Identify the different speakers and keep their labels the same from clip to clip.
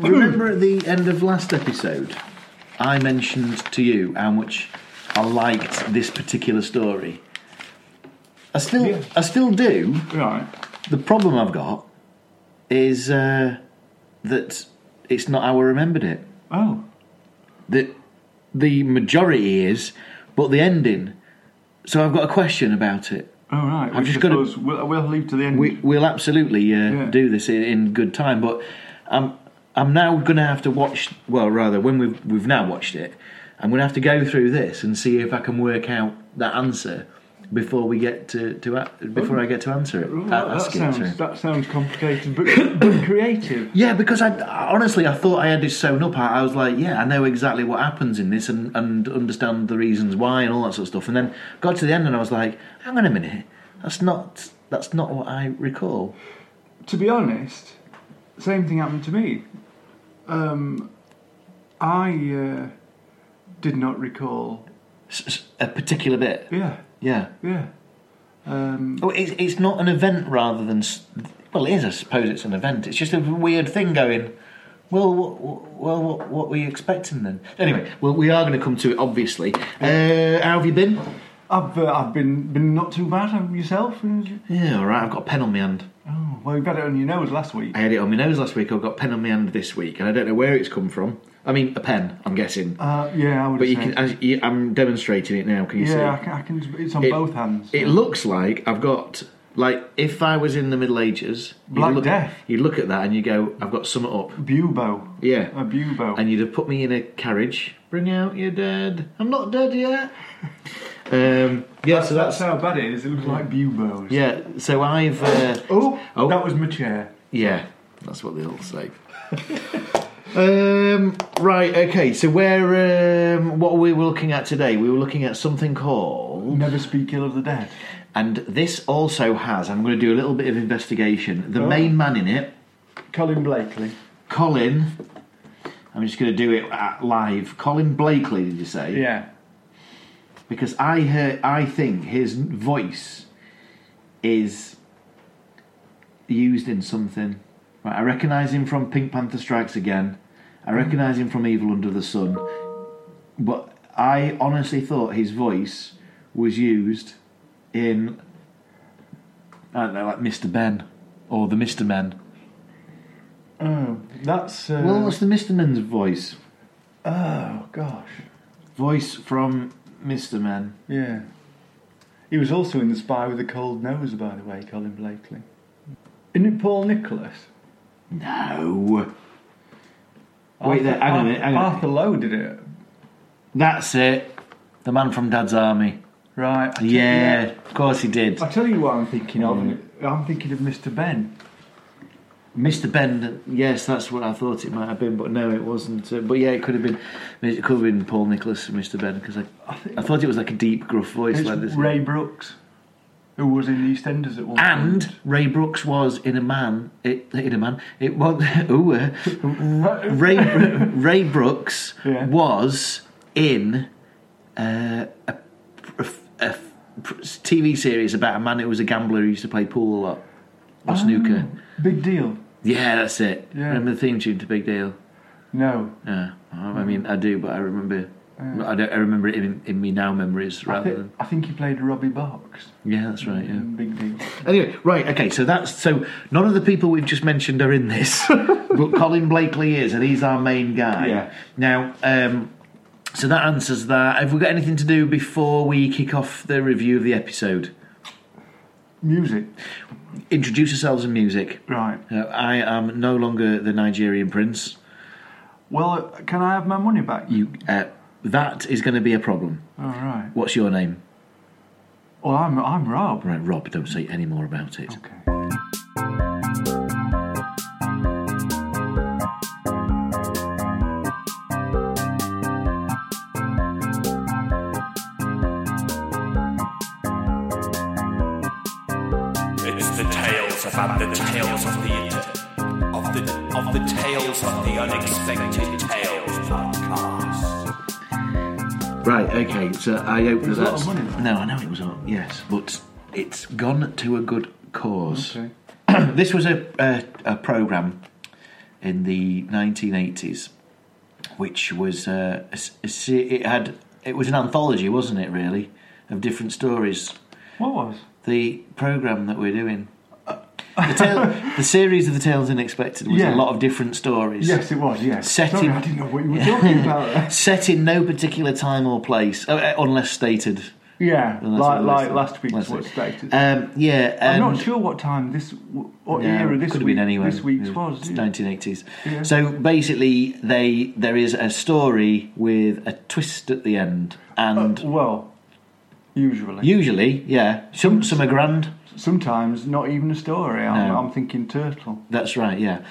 Speaker 1: Remember at the end of last episode, I mentioned to you how much I liked this particular story. I still,
Speaker 2: Yeah.
Speaker 1: I still do.
Speaker 2: Right.
Speaker 1: The problem I've got is uh, that it's not how I remembered it.
Speaker 2: Oh.
Speaker 1: That the majority is, but the ending. So I've got a question about it.
Speaker 2: All right.
Speaker 1: I've
Speaker 2: which
Speaker 1: just
Speaker 2: I
Speaker 1: gotta-
Speaker 2: suppose We'll, we'll leave to the end.
Speaker 1: We, we'll absolutely uh,
Speaker 2: Yeah.
Speaker 1: do this in, in good time, but I'm I'm now going to have to watch. Well, rather, when we've we've now watched it, I'm going to have to go through this and see if I can work out that answer before we get to to a- before I get to answer it.
Speaker 2: Ooh,
Speaker 1: uh,
Speaker 2: that, that
Speaker 1: ask it,
Speaker 2: sounds
Speaker 1: sorry.
Speaker 2: that sounds complicated, but, but creative.
Speaker 1: Yeah, because I honestly I thought I had it sewn up. I, I was like, yeah, I know exactly what happens in this and, and understand the reasons why and all that sort of stuff. And then got to the end and I was like, hang on a minute, that's not that's not what I recall.
Speaker 2: To be honest, same thing happened to me. Um, I uh, did not recall.
Speaker 1: S- s- a particular bit.
Speaker 2: Yeah,
Speaker 1: Yeah.
Speaker 2: yeah. Um,
Speaker 1: Oh, it's it's not an event rather than. s- Well, it is. I suppose it's an event. It's just a weird thing going. Well, what, well, what, what were you expecting then? Anyway, well, we are going to come to it, obviously. Uh, how have you been?
Speaker 2: I've uh, I've been been not too bad. have yourself?
Speaker 1: Yeah, all right. I've got a pen on my hand.
Speaker 2: Oh, well, you've had it on your nose last week.
Speaker 1: I had it on my nose last week. I've got a pen on my hand this week, and I don't know where it's come from. I mean, a pen. I'm guessing,
Speaker 2: Uh, yeah, I would.
Speaker 1: but you
Speaker 2: say.
Speaker 1: can. As you, I'm demonstrating it now. Can you see?
Speaker 2: Yeah, I can, I can. It's on
Speaker 1: It-
Speaker 2: both hands.
Speaker 1: It looks like I've got like if I was in the Middle Ages, you'd
Speaker 2: Black
Speaker 1: look,
Speaker 2: Death.
Speaker 1: You'd look at that and you go, "I've got something up."
Speaker 2: Bubo.
Speaker 1: Yeah,
Speaker 2: A bubo.
Speaker 1: and you'd have put me in a carriage. Bring out your dead. I'm not dead yet. um, yeah, so that's
Speaker 2: how bad it is. It looks like bubo.
Speaker 1: yeah. So I've uh,
Speaker 2: Oh,
Speaker 1: Oh.
Speaker 2: that was my chair.
Speaker 1: yeah, that's what they all say. um, right. Okay. So where um, what we were looking at today? We were looking at something called.
Speaker 2: Never speak ill of the dead.
Speaker 1: And this also has, I'm going to do a little bit of investigation. The
Speaker 2: Oh.
Speaker 1: main man in it,
Speaker 2: Colin Blakely.
Speaker 1: Colin, I'm just going to do it uh, live. Colin Blakely, did you say?
Speaker 2: Yeah.
Speaker 1: Because I heard, I think his voice is used in something. Right, I recognise him from Pink Panther Strikes Again. I recognise him from Evil Under the Sun. But I honestly thought his voice was used in, I don't know, like Mr. Ben or the Mr. Men.
Speaker 2: Oh, that's. Uh,
Speaker 1: Well, what's the Mr. Men's voice?
Speaker 2: oh gosh.
Speaker 1: Voice from Mr. Men.
Speaker 2: Yeah. He was also in The Spy with a Cold Nose, by the way, Colin Blakely. Isn't it Paul Nicholas?
Speaker 1: No. Wait there, hang on a minute, hang on a minute.
Speaker 2: Arthur Lowe did it.
Speaker 1: That's it. The man from Dad's Army.
Speaker 2: Right. I tell-
Speaker 1: Yeah, of course he did.
Speaker 2: I tell you what I'm thinking of. I'm thinking of Mr. Ben.
Speaker 1: Mr. Bend. Yes, that's what I thought it might have been, but no, it wasn't. Uh, but yeah, it could have been. It could have been Paul Nicholas and Mr. Bend because I,
Speaker 2: I think
Speaker 1: I thought it was like a deep, gruff voice
Speaker 2: it's
Speaker 1: like this.
Speaker 2: Ray Brooks, who was in the EastEnders at one
Speaker 1: and Ray Brooks was in a man. It, in a man. It was. Ooh, uh,
Speaker 2: point.
Speaker 1: Ray Ray Brooks
Speaker 2: Yeah.
Speaker 1: was in uh, a, a, a TV series about a man who was a gambler who used to play pool a lot
Speaker 2: Ah.
Speaker 1: or snooker.
Speaker 2: Um, Big deal.
Speaker 1: Yeah, that's it.
Speaker 2: Yeah.
Speaker 1: Remember the theme tune to Big Deal?
Speaker 2: No.
Speaker 1: Yeah, I mean I do, but I remember. I don't. I remember it in, in me now memories
Speaker 2: I,
Speaker 1: rather
Speaker 2: thi-
Speaker 1: than.
Speaker 2: I think he played Robbie Box.
Speaker 1: Yeah, that's right. Yeah.
Speaker 2: Big deal.
Speaker 1: Mm. Anyway, right, okay, so that's so none of the people we've just mentioned are in this, but Colin Blakely is, and he's our main guy.
Speaker 2: Yeah.
Speaker 1: Now, um, so that answers that. Have we got anything to do before we kick off the review of the episode?
Speaker 2: Music.
Speaker 1: Introduce yourselves in music.
Speaker 2: Right.
Speaker 1: Uh, I am no longer the Nigerian prince.
Speaker 2: Well, uh, can I have my money back?
Speaker 1: You, uh, that is going to be a problem.
Speaker 2: All right.
Speaker 1: What's your name?
Speaker 2: Well, I'm I'm Rob.
Speaker 1: Right, Rob. Don't say any more about it.
Speaker 2: Okay.
Speaker 3: It's the tales about the tales of the of the of the tales of the unexpected tales podcast.
Speaker 1: Right, okay, so I hope that
Speaker 2: was a lot
Speaker 1: that's.
Speaker 2: of money.
Speaker 1: No, I know it was on, yes, but it's gone to a good cause.
Speaker 2: Okay.
Speaker 1: this was a, a, a programme in the 1980s, which was uh, a s- a se- it had it was an anthology, wasn't it? Really, of different stories.
Speaker 2: What was?
Speaker 1: The program that we're doing, uh, the, tale, the series of the tales unexpected was
Speaker 2: Yeah.
Speaker 1: a lot of different stories.
Speaker 2: Yes, it was. Yes.
Speaker 1: Set
Speaker 2: Sorry,
Speaker 1: in-
Speaker 2: I didn't know what you were talking about. There.
Speaker 1: Set in no particular time or place, uh, uh, unless stated.
Speaker 2: Yeah,
Speaker 1: Well, that's
Speaker 2: like
Speaker 1: what
Speaker 2: like
Speaker 1: it was.
Speaker 2: last week's
Speaker 1: Last
Speaker 2: what
Speaker 1: week.
Speaker 2: stated.
Speaker 1: Um, yeah,
Speaker 2: I'm
Speaker 1: and
Speaker 2: not sure what time this, what
Speaker 1: No,
Speaker 2: era this
Speaker 1: could have
Speaker 2: week,
Speaker 1: been anywhere.
Speaker 2: this week's
Speaker 1: Yeah,
Speaker 2: was.
Speaker 1: it's
Speaker 2: yeah.
Speaker 1: 1980s.
Speaker 2: Yeah.
Speaker 1: So basically, they there is a story with a twist at the end, and
Speaker 2: Oh. Well, usually.
Speaker 1: usually, yeah, some some are grand.
Speaker 2: Sometimes not even a story. I'm,
Speaker 1: No.
Speaker 2: I'm thinking turtle.
Speaker 1: That's right, yeah.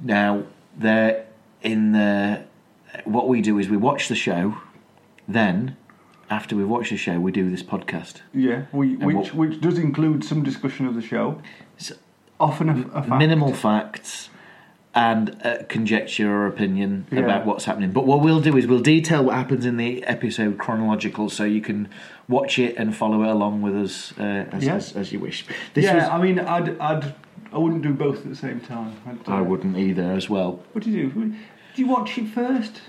Speaker 1: Now they're in the. What we do is we watch the show, then after we watch the show, we do this podcast.
Speaker 2: Yeah, we,
Speaker 1: And
Speaker 2: which which does include some discussion of the show.
Speaker 1: So-
Speaker 2: Often a, a fact.
Speaker 1: minimal facts and uh, conjecture or opinion
Speaker 2: Yeah.
Speaker 1: about what's happening. But what we'll do is we'll detail what happens in the episode chronological, so you can watch it and follow it along with us uh, as,
Speaker 2: Yeah.
Speaker 1: as, as you wish. This
Speaker 2: Yeah,
Speaker 1: was,
Speaker 2: I mean, I'd, I'd I wouldn't do both at the same time. I'd, uh,
Speaker 1: I wouldn't either, as well.
Speaker 2: What do you do? Would- Do you watch it first?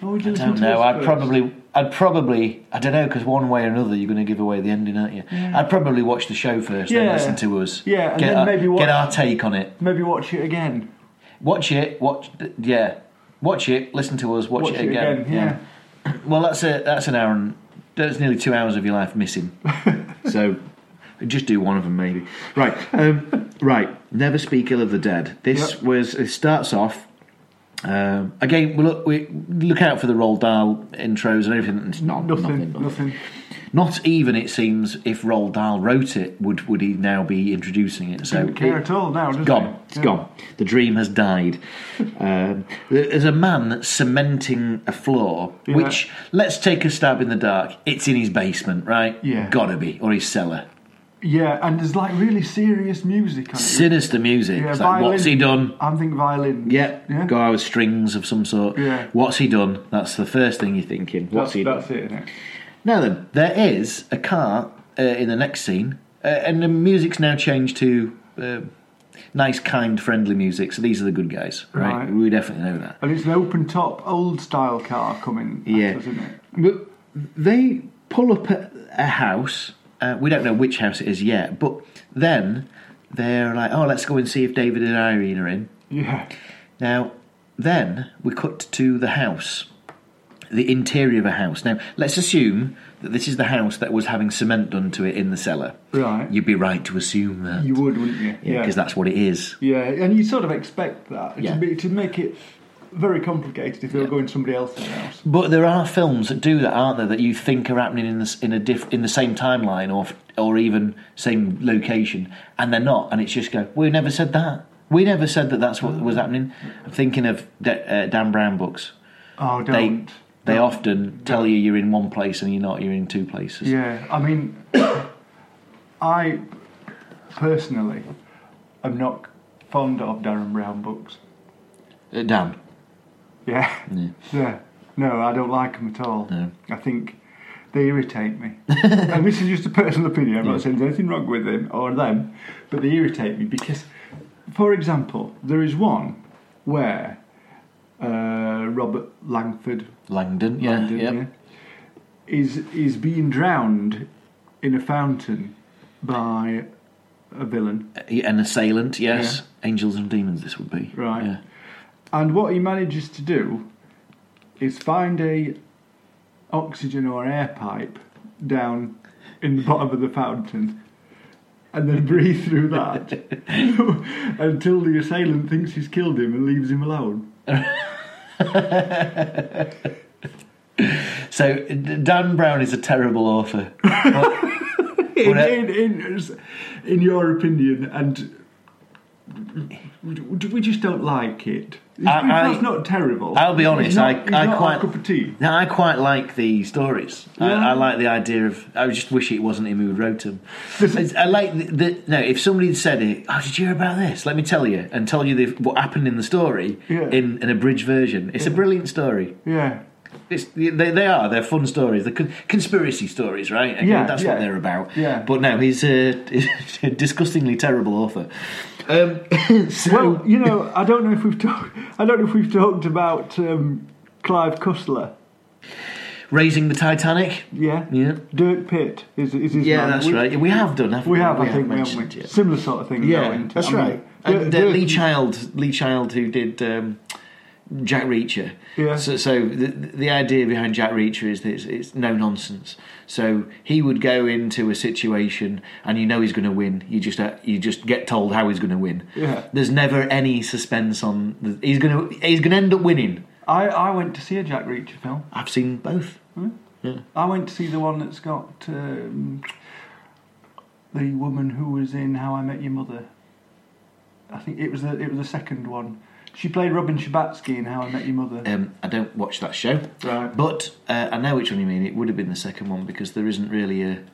Speaker 2: Or would you
Speaker 1: I
Speaker 2: listen
Speaker 1: don't
Speaker 2: to
Speaker 1: know.
Speaker 2: us
Speaker 1: I'd
Speaker 2: first?
Speaker 1: probably, I'd probably, I don't know, because one way or another, you're going to give away the ending, aren't you? I'd probably watch the show first,
Speaker 2: Yeah.
Speaker 1: then listen to us.
Speaker 2: Yeah, and
Speaker 1: get
Speaker 2: then
Speaker 1: our,
Speaker 2: maybe watch-
Speaker 1: get our take on it.
Speaker 2: maybe watch it again.
Speaker 1: Watch it. Watch, yeah, watch it. Listen to us. Watch,
Speaker 2: Watch it again. yeah.
Speaker 1: Well, that's a that's an hour and that's nearly two hours of your life missing. so, just do one of them maybe. Right, um, right. Never speak ill of the dead. This
Speaker 2: Yep.
Speaker 1: was it starts off. Um, again, we look we look out for the roll dial intros and everything. It's not
Speaker 2: Nothing.
Speaker 1: nothing.
Speaker 2: Nothing.
Speaker 1: Not even it seems if Roald Dahl wrote it would would he now be introducing it? So
Speaker 2: Don't care
Speaker 1: it-
Speaker 2: at all now. Does
Speaker 1: gone.
Speaker 2: It?
Speaker 1: It's gone. The dream has died. Um, there's a man cementing a floor,
Speaker 2: Yeah.
Speaker 1: which let's take a stab in the dark. It's in his basement, right?
Speaker 2: Yeah.
Speaker 1: gotta be, or his cellar.
Speaker 2: Yeah, and there's like really serious music on it.
Speaker 1: Sinister music.
Speaker 2: Yeah,
Speaker 1: it's like, what's he
Speaker 2: violin.
Speaker 1: done?
Speaker 2: I'm thinking violin.
Speaker 1: Yeah,
Speaker 2: Yeah.
Speaker 1: go out with strings of some sort.
Speaker 2: Yeah.
Speaker 1: What's he done? That's the first thing you're thinking. What's
Speaker 2: That's,
Speaker 1: he done?
Speaker 2: that's it, innit?
Speaker 1: Now then, there is a car uh, in the next scene, uh, and the music's now changed to uh, nice, kind, friendly music. So these are the good guys,
Speaker 2: Right.
Speaker 1: right. We definitely know that.
Speaker 2: And it's an open top, old style car coming. at
Speaker 1: Yeah.
Speaker 2: us, isn't it?
Speaker 1: But they pull up at a house. Uh, we don't know which house it is yet, but then they're like, "Oh, let's go and see if David and Irene are in."
Speaker 2: Yeah.
Speaker 1: Now, then we cut to the house, the interior of a house. Now, let's assume that this is the house that was having cement done to it in the cellar.
Speaker 2: Right.
Speaker 1: You'd be right to assume that,
Speaker 2: You would, wouldn't you?
Speaker 1: yeah, because that's what it is.
Speaker 2: Yeah, and you sort of expect that
Speaker 1: Yeah.
Speaker 2: to, be, to make it very complicated if they were going to somebody else's house.
Speaker 1: But there are films that do that, aren't there? That you think are happening in the s- in a diff, in the same timeline or f- or even same location, and they're not. And it's just go. We never said that. We never said that. That's what was happening. I'm thinking of De- uh, Dan Brown books.
Speaker 2: Oh,
Speaker 1: They
Speaker 2: don't.
Speaker 1: they often tell you you're in one place and you're not. You're in two places.
Speaker 2: Yeah, I mean, I personally am not fond of Darren Brown books.
Speaker 1: Uh, Dan.
Speaker 2: Yeah.
Speaker 1: Yeah.
Speaker 2: Yeah. No, I don't like them at all.
Speaker 1: No.
Speaker 2: I think they irritate me. and this is just a personal opinion. I'm not saying there's anything wrong with them or them, but they irritate me because, for example, there is one where uh, Robert Langford
Speaker 1: Langdon. Yeah.
Speaker 2: Langdon,
Speaker 1: yep.
Speaker 2: yeah, is is being drowned in a fountain by a villain,
Speaker 1: Uh, yeah. An assailant. Yes. Angels and demons. This would be
Speaker 2: Right.
Speaker 1: Yeah.
Speaker 2: and what he manages to do is find a oxygen or air pipe down in the bottom of the fountain. And then breathe through that until the assailant thinks he's killed him and leaves him alone.
Speaker 1: So uh, D- Dan Brown is a terrible author.
Speaker 2: In,
Speaker 1: Well,
Speaker 2: in, in, in your opinion, and we- we just don't like it. It's,
Speaker 1: I- I-
Speaker 2: it's not terrible.
Speaker 1: I'll be
Speaker 2: It's
Speaker 1: honest,
Speaker 2: not-
Speaker 1: I-
Speaker 2: it's
Speaker 1: I
Speaker 2: not our
Speaker 1: quite-
Speaker 2: cup of tea.
Speaker 1: No, I quite like the stories.
Speaker 2: Yeah.
Speaker 1: I, I like the idea of. I just wish it wasn't him who wrote them.
Speaker 2: This is-
Speaker 1: It's- I like the, the no. If somebody had said it, oh, did you hear about this? Let me tell you and tell you the, what happened in the story
Speaker 2: Yeah.
Speaker 1: in an abridged version. It's a brilliant story.
Speaker 2: Yeah.
Speaker 1: It's, they, they are. They're fun stories. They're con- conspiracy stories, right? Again,
Speaker 2: Yeah,
Speaker 1: that's
Speaker 2: yeah.
Speaker 1: what they're about.
Speaker 2: Yeah.
Speaker 1: But no, he's a, a disgustingly terrible author. Um, so,
Speaker 2: Well, you know, I don't know if we've talked. I don't know if we've talked about um, Clive Cussler.
Speaker 1: raising the Titanic.
Speaker 2: Yeah.
Speaker 1: Yeah.
Speaker 2: Dirt Pit is is his
Speaker 1: Yeah,
Speaker 2: man.
Speaker 1: that's
Speaker 2: we,
Speaker 1: right. We have done. Haven't
Speaker 2: We have, I think, we
Speaker 1: mentioned
Speaker 2: haven't
Speaker 1: it.
Speaker 2: we? Similar sort of thing.
Speaker 1: Yeah,
Speaker 2: going to-
Speaker 1: that's
Speaker 2: I mean,
Speaker 1: right.
Speaker 2: Dirt-
Speaker 1: and uh,
Speaker 2: Dirt-
Speaker 1: Lee Child, Lee Child, who did um, Jack Reacher.
Speaker 2: Yeah.
Speaker 1: So, so the, the idea behind Jack Reacher is that it's, it's no nonsense. So he would go into a situation, and you know he's going to win. You just uh, you just get told how he's going to win.
Speaker 2: Yeah.
Speaker 1: There's never any suspense on. The, he's going to he's going to end up winning.
Speaker 2: I, I went to see a Jack Reacher film.
Speaker 1: I've seen both.
Speaker 2: I went to see the one that's got um, the woman who was in How I Met Your Mother. I think it was the it was the second one. She played Robin Shabatsky in How I Met Your Mother.
Speaker 1: Um, I don't watch that show.
Speaker 2: Right.
Speaker 1: But uh, I know which one you mean. It would have been the second one because there isn't really a,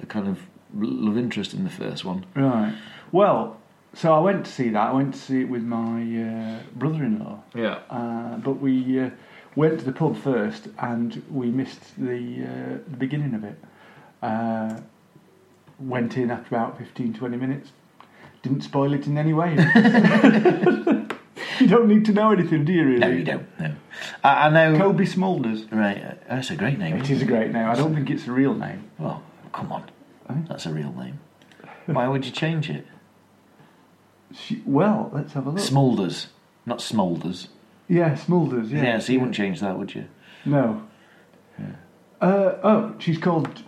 Speaker 1: a kind of love interest in the first one.
Speaker 2: Right. Well, so I went to see that. I went to see it with my uh, brother-in-law.
Speaker 1: Yeah.
Speaker 2: Uh, but we uh, went to the pub first, and we missed the, uh, the beginning of it. Uh, went in after about 15, 20 minutes. Didn't spoil it in any way. you don't need to know anything, do you? Really?
Speaker 1: No, you don't. No. I, I know.
Speaker 2: Kobe Smulders.
Speaker 1: right, uh, that's a great name.
Speaker 2: It is a great name. I don't think it's a real name.
Speaker 1: Well, come on.
Speaker 2: Eh?
Speaker 1: That's a real name. Why would you change it?
Speaker 2: She, well, let's have a look.
Speaker 1: Smulders, not Smolders.
Speaker 2: yeah, Smulders.
Speaker 1: Yeah,
Speaker 2: Yeah.
Speaker 1: so you wouldn't change that, would you?
Speaker 2: No. Uh, oh, she's called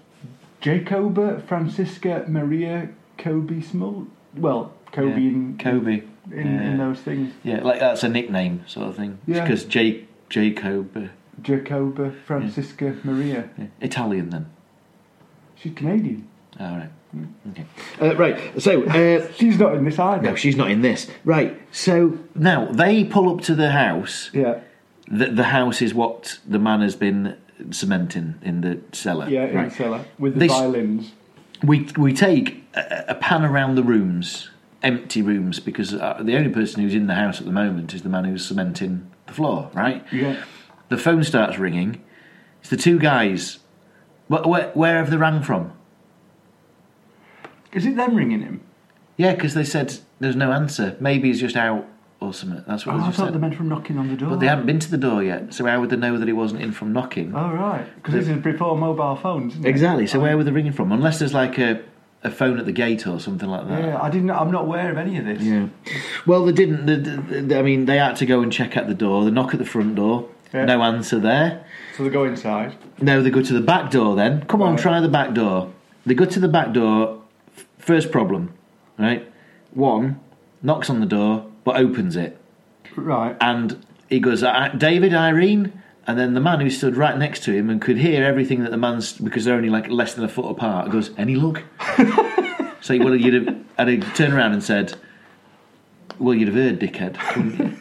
Speaker 2: Jacoba Francisca Maria Kobe Smul. Well, Kobe
Speaker 1: Yeah.
Speaker 2: in,
Speaker 1: Kobe.
Speaker 2: in, in
Speaker 1: yeah.
Speaker 2: those things.
Speaker 1: yeah, like that's a nickname sort of thing.
Speaker 2: Yeah.
Speaker 1: Because J. Jacob. uh,
Speaker 2: Jacoba Francisca Maria.
Speaker 1: yeah. Italian then.
Speaker 2: She's Canadian.
Speaker 1: All right. Okay. Uh, right, so. Uh,
Speaker 2: She's not in this either.
Speaker 1: No, she's not in this. Right. So now they pull up to the house.
Speaker 2: yeah,
Speaker 1: The, the house is what the man has been cementing in the cellar.
Speaker 2: yeah, in
Speaker 1: Right.
Speaker 2: the cellar with the
Speaker 1: This-
Speaker 2: violins.
Speaker 1: We we take a, a pan around the rooms, empty rooms, because uh, the only person who's in the house at the moment is the man who's cementing the floor. Right.
Speaker 2: Yeah,
Speaker 1: The phone starts ringing. It's the two guys. Where, where, where have they rang from?
Speaker 2: is it them ringing him?
Speaker 1: Yeah, because they said there's no answer. Maybe he's just out or something. That's what
Speaker 2: Oh,
Speaker 1: they
Speaker 2: I
Speaker 1: just
Speaker 2: thought
Speaker 1: said.
Speaker 2: they meant from knocking on the door.
Speaker 1: But they haven't been to the door yet, so how would they know that he wasn't in from knocking?
Speaker 2: Oh right, because this is before mobile phones. Isn't it?
Speaker 1: Exactly. So where were they ringing from? Unless there's like a, a phone at the gate or something like that.
Speaker 2: Yeah, I didn't. I'm not aware of any of this.
Speaker 1: Yeah. Well, they didn't. They, they- they- I mean, they had to go and check at the door. They knock at the front door.
Speaker 2: Yeah.
Speaker 1: No answer there.
Speaker 2: So they go inside.
Speaker 1: No, they go to the back door. Then come on,
Speaker 2: Right.
Speaker 1: try the back door. They go to the back door. F- First problem, right? One knocks on the door but opens it.
Speaker 2: Right.
Speaker 1: and he goes, "Uh, David, Irene, and then the man who stood right next to him and could hear everything that the man's because they're only like less than a foot apart goes, any luck? so he would you'd have had to turn around and said, well, you'd have heard, dickhead. wouldn't you?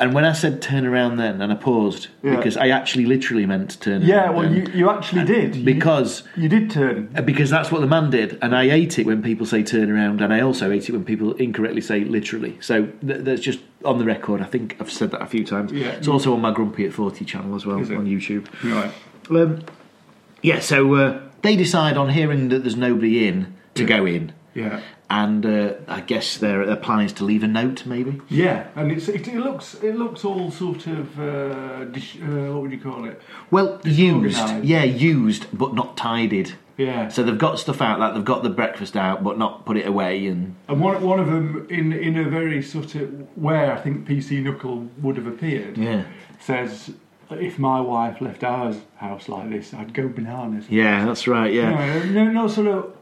Speaker 1: and when I said turn around, then and I paused
Speaker 2: Yeah.
Speaker 1: because I actually literally meant turn.
Speaker 2: Yeah.
Speaker 1: around
Speaker 2: Well,
Speaker 1: then.
Speaker 2: you, you actually did You-
Speaker 1: because.
Speaker 2: You did turn.
Speaker 1: Because that's what the man did, and I ate it when people say turn around, and I also ate it when people incorrectly say literally. So th- that's just on the record. I think I've said that a few times.
Speaker 2: Yeah.
Speaker 1: It's also on my Grumpy at 40 channel as well
Speaker 2: Is it?
Speaker 1: on YouTube.
Speaker 2: Right.
Speaker 1: Um, yeah, so uh, they decide on hearing that there's nobody in to go in,
Speaker 2: Yeah.
Speaker 1: and uh, I guess their, their plan is to leave a note, maybe.
Speaker 2: Yeah, and it's, it, it looks it looks all sort of uh, dish, uh, what would you call it?
Speaker 1: Well, used.
Speaker 2: Disorganised.
Speaker 1: Yeah, used, but not tidied.
Speaker 2: Yeah.
Speaker 1: So they've got stuff out, like they've got the breakfast out, but not put it away and
Speaker 2: and one one of them in in a very sort of where I think PC Knuckle would have appeared.
Speaker 1: yeah.
Speaker 2: Says if my wife left our house like this, I'd go bananas.
Speaker 1: Yeah, that's right. Yeah.
Speaker 2: No, no, not sort of.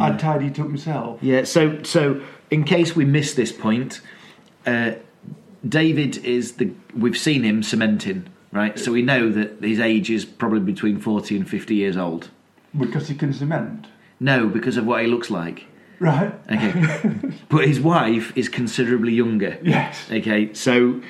Speaker 2: I'd tidy it up myself.
Speaker 1: Yeah. So, so in case we miss this point, uh, David is the we've seen him cementing, right? So we know that his age is probably between forty and fifty years old.
Speaker 2: Because he can cement.
Speaker 1: No, because of what he looks like.
Speaker 2: Right?
Speaker 1: Okay, but his wife is considerably younger.
Speaker 2: Yes.
Speaker 1: Okay, so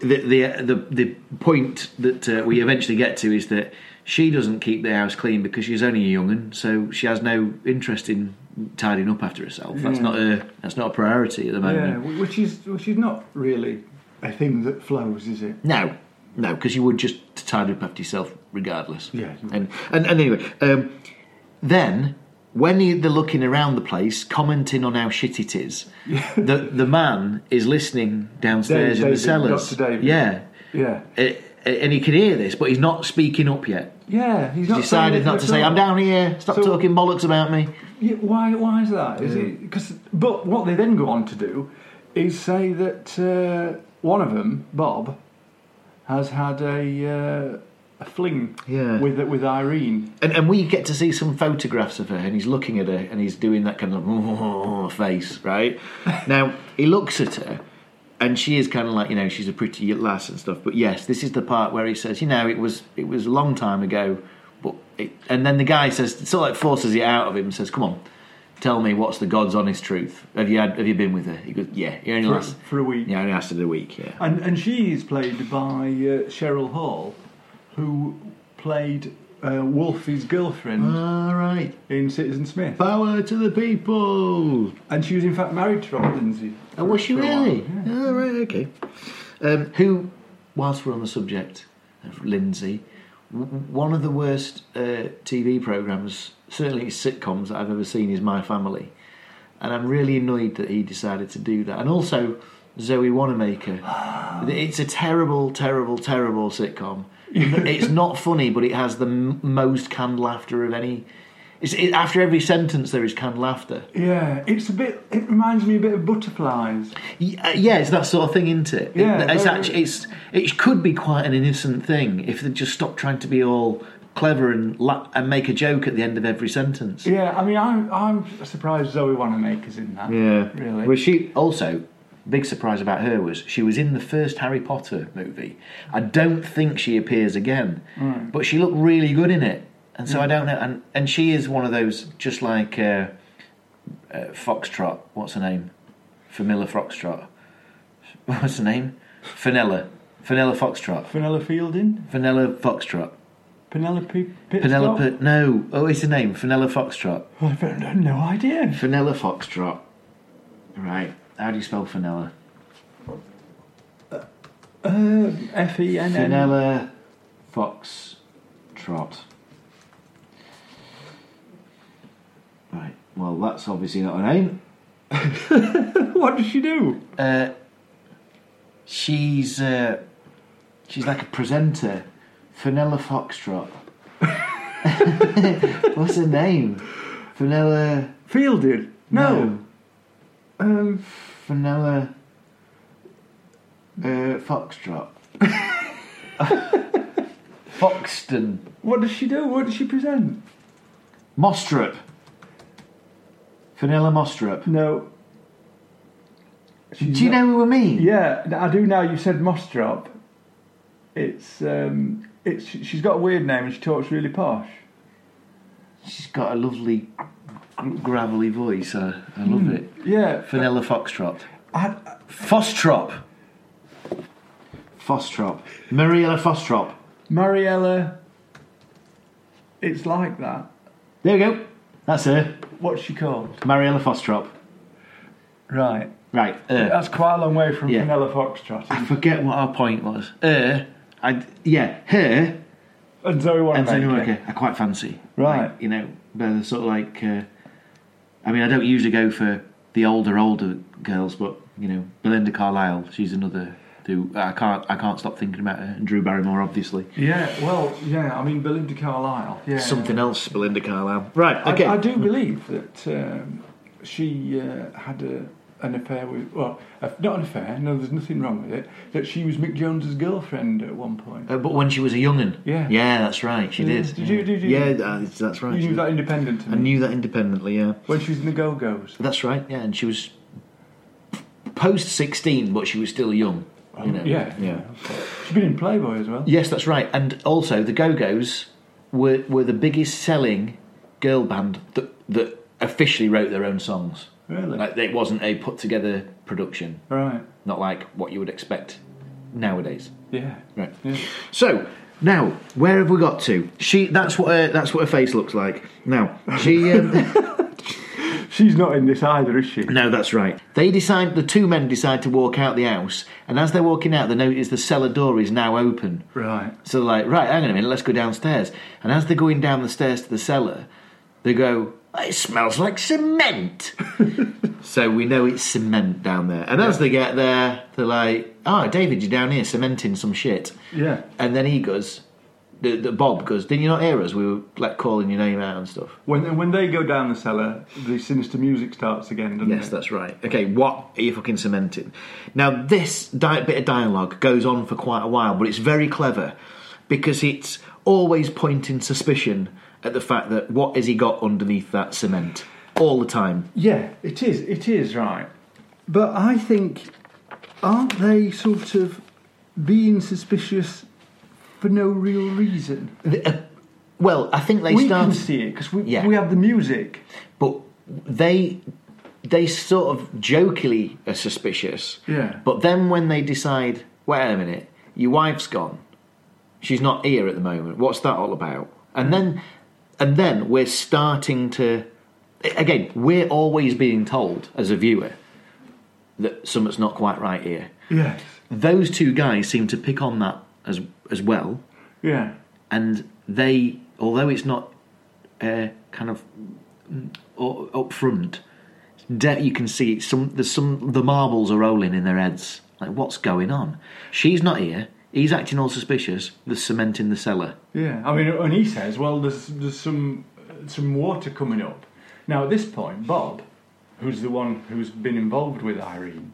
Speaker 1: the the uh, the, the point that uh, we eventually get to is that she doesn't keep the house clean because she's only a young'un, so she has no interest in tidying up after herself. That's
Speaker 2: Yeah.
Speaker 1: not a that's not a priority at the moment.
Speaker 2: Yeah, wh- which is which is not really a thing that flows, is it?
Speaker 1: No, No, because you would just tidy up after yourself regardless.
Speaker 2: Yeah.
Speaker 1: And and, and anyway, um, then when he, they're looking around the place, commenting on how shit it is, the the man is listening downstairs in the
Speaker 2: David,
Speaker 1: cellars.
Speaker 2: Dr. David.
Speaker 1: Yeah.
Speaker 2: Yeah.
Speaker 1: A- a- and he can hear this, but he's not speaking up yet.
Speaker 2: Yeah, he's
Speaker 1: He's
Speaker 2: not saying
Speaker 1: decided
Speaker 2: it
Speaker 1: not to
Speaker 2: at
Speaker 1: say,
Speaker 2: all.
Speaker 1: "I'm down here. Stop
Speaker 2: So-
Speaker 1: talking bollocks about me."
Speaker 2: Yeah, why? Why is that? Is it because? But what they then go on to do is say that uh, one of them, Bob, has had a uh, a fling
Speaker 1: Yeah.
Speaker 2: with with Irene.
Speaker 1: And, and we get to see some photographs of her, and he's looking at her, and he's doing that kind of face, right? now he looks at her, and she is kind of like you know she's a pretty lass and stuff. But yes, this is the part where he says, you know, it was it was a long time ago, but it, and then the guy says, sort of like forces it out of him, and says, come on, tell me what's the God's honest truth? Have you had, have you been with her? He goes, yeah, it only
Speaker 2: For-
Speaker 1: lasted
Speaker 2: for a week.
Speaker 1: Yeah, it only lasted a week. Yeah,
Speaker 2: And and she is played by uh, Cheryl Hall, who played uh, Wolfie's girlfriend
Speaker 1: all right.
Speaker 2: in Citizen Smith.
Speaker 1: Power to the people.
Speaker 2: And she was in fact married to Robert Lindsay.
Speaker 1: Oh, was she
Speaker 2: for a while,
Speaker 1: really?
Speaker 2: yeah.
Speaker 1: Oh, right, okay. Um, who, whilst we're on the subject of Lindsay, w- one of the worst uh, TV programmes, certainly sitcoms that I've ever seen, is My Family. And I'm really annoyed that he decided to do that. And also, Zoe Wanamaker. It's a terrible, terrible, terrible sitcom. it's not funny, but it has the m- most canned laughter of any. It's, it, after every sentence, there is canned laughter.
Speaker 2: Yeah, it's a bit. It reminds me a bit of Butterflies.
Speaker 1: Y- uh, Yeah, it's that sort of thing, isn't it? It-
Speaker 2: Yeah,
Speaker 1: it's
Speaker 2: very-
Speaker 1: actually it's it could be quite an innocent thing if they just stopped trying to be all clever and la- and make a joke at the end of every sentence.
Speaker 2: Yeah, I mean, I'm I'm surprised Zoe Wanamaker's in that. really.
Speaker 1: Well, she also big surprise about her was she was in the first Harry Potter movie. I don't think she appears again, but she looked really good in it, and so I don't know. And and she is one of those just like uh, uh, Foxtrot. What's her name? Familla Foxtrot. What's her name? Fenella. Fenella Foxtrot.
Speaker 2: Vanilla Fielding,
Speaker 1: Fenella Foxtrot.
Speaker 2: Penelope Pitstop.
Speaker 1: Penelope. No. Oh, it's her name. Fenella Foxtrot.
Speaker 2: I don't know, no idea.
Speaker 1: Fenella Foxtrot. Right. How do you spell Fenella?
Speaker 2: Uh, F E N N.
Speaker 1: Vanilla Fox Trot. Right. Well, that's obviously not her name.
Speaker 2: What does she do?
Speaker 1: Uh, she's uh, she's like a presenter. Vanilla Foxtrot. What's her name? Vanilla.
Speaker 2: Fielding. No. Um,
Speaker 1: Vanilla. Uh, Foxtrot. Foxton.
Speaker 2: what does she do? What does she present?
Speaker 1: Mostrup. Vanilla Mostrup.
Speaker 2: No. She's
Speaker 1: Do you
Speaker 2: not-
Speaker 1: know who I mean?
Speaker 2: Yeah, I do now. You said Mostrop. It's um, it's she's got a weird name and she talks really posh.
Speaker 1: She's got a lovely gr- gravelly voice. I, I love it.
Speaker 2: Yeah,
Speaker 1: Vanilla Foxtrot.
Speaker 2: I,
Speaker 1: Fostrop. Fostrop. Mariella Fostrop.
Speaker 2: Mariella. It's like that.
Speaker 1: There we go. That's her.
Speaker 2: What's she called?
Speaker 1: Mariella Fostrop.
Speaker 2: Right.
Speaker 1: Right. Er.
Speaker 2: That's quite a long way from
Speaker 1: Yeah.
Speaker 2: Vanilla Foxtrot
Speaker 1: I forget what our point was. Er. I, yeah, her
Speaker 2: and Zoe
Speaker 1: and
Speaker 2: Wanamaker.
Speaker 1: Zoe Wanamaker, I quite fancy.
Speaker 2: Right.
Speaker 1: Like, you know, they're the sort of like. Uh, I mean, I don't usually go for the older, older girls, but you know, Belinda Carlisle, she's another. Who I can't, I can't stop thinking about her. And Drew Barrymore, obviously.
Speaker 2: Yeah. Well, yeah. I mean, Belinda Carlisle. Yeah.
Speaker 1: Something else, Belinda Carlisle. Right.
Speaker 2: I-
Speaker 1: Okay.
Speaker 2: I, do believe that um, she uh, had a, an affair with. Well, a, not an affair. No, there's nothing wrong with it. That she was Mick Jones's girlfriend at one point.
Speaker 1: Uh, but when she was a young'un.
Speaker 2: Yeah.
Speaker 1: Yeah, that's right. She
Speaker 2: Yeah.
Speaker 1: did.
Speaker 2: Did you- did you-
Speaker 1: Yeah, that's, that's right.
Speaker 2: you knew that independent.
Speaker 1: I knew that independently. Yeah.
Speaker 2: when she was in the Go Go's.
Speaker 1: That's right. Yeah, and she was post sixteen, but she was still young. You know.
Speaker 2: yeah.
Speaker 1: Yeah.
Speaker 2: She's been in Playboy as well.
Speaker 1: Yes, that's right. And also, the Go Go's were, were the biggest selling girl band that, that officially wrote their own songs.
Speaker 2: Really?
Speaker 1: Like, it wasn't a put together production,
Speaker 2: Right.
Speaker 1: not like what you would expect nowadays.
Speaker 2: Yeah.
Speaker 1: Right.
Speaker 2: Yeah.
Speaker 1: So, now, where have we got to? She, that's what her, that's what her face looks like. Now, she, um,
Speaker 2: She's not in this either, is she?
Speaker 1: No, that's right. They decide, the two men decide to walk out the house, and as they're walking out, they notice the cellar door is now open.
Speaker 2: Right.
Speaker 1: So they're like, right, hang on a minute, let's go downstairs. And as they're going down the stairs to the cellar, they go, it smells like cement. so we know it's cement down there. And as they get there, they're like, oh, David, you're down here cementing some shit.
Speaker 2: Yeah.
Speaker 1: And then he goes, the, the Bob goes, didn't you not hear us? We were like calling your name out and stuff.
Speaker 2: When when they go down the cellar, the sinister music starts again, doesn't
Speaker 1: Yes,
Speaker 2: it?
Speaker 1: that's right. Okay, what are you fucking cementing? Now, this di- bit of dialogue goes on for quite a while, but it's very clever because it's always pointing suspicion at the fact that what has he got underneath that cement all the time.
Speaker 2: Yeah, it is. It is right. But I think, aren't they sort of being suspicious for no real reason?
Speaker 1: The- uh, well, I think they
Speaker 2: we
Speaker 1: start,
Speaker 2: can see it because we
Speaker 1: Yeah.
Speaker 2: we have the music.
Speaker 1: but they they sort of jokily are suspicious.
Speaker 2: Yeah.
Speaker 1: But then when they decide, wait a minute, your wife's gone. She's not here at the moment. What's that all about? And then and then we're starting to again, we're always being told as a viewer that something's not quite right here.
Speaker 2: Yes.
Speaker 1: Those two guys seem to pick on that as as well
Speaker 2: Yeah.
Speaker 1: and they, although it's not uh, kind of mm, u- up front, de- you can see it's some there's some the marbles are rolling in their heads. Like what's going on? She's not here. He's acting all suspicious. The cement in the cellar.
Speaker 2: Yeah, I mean, and he says, "Well, there's there's some some water coming up." Now at this point, Bob, who's the one who's been involved with Irene,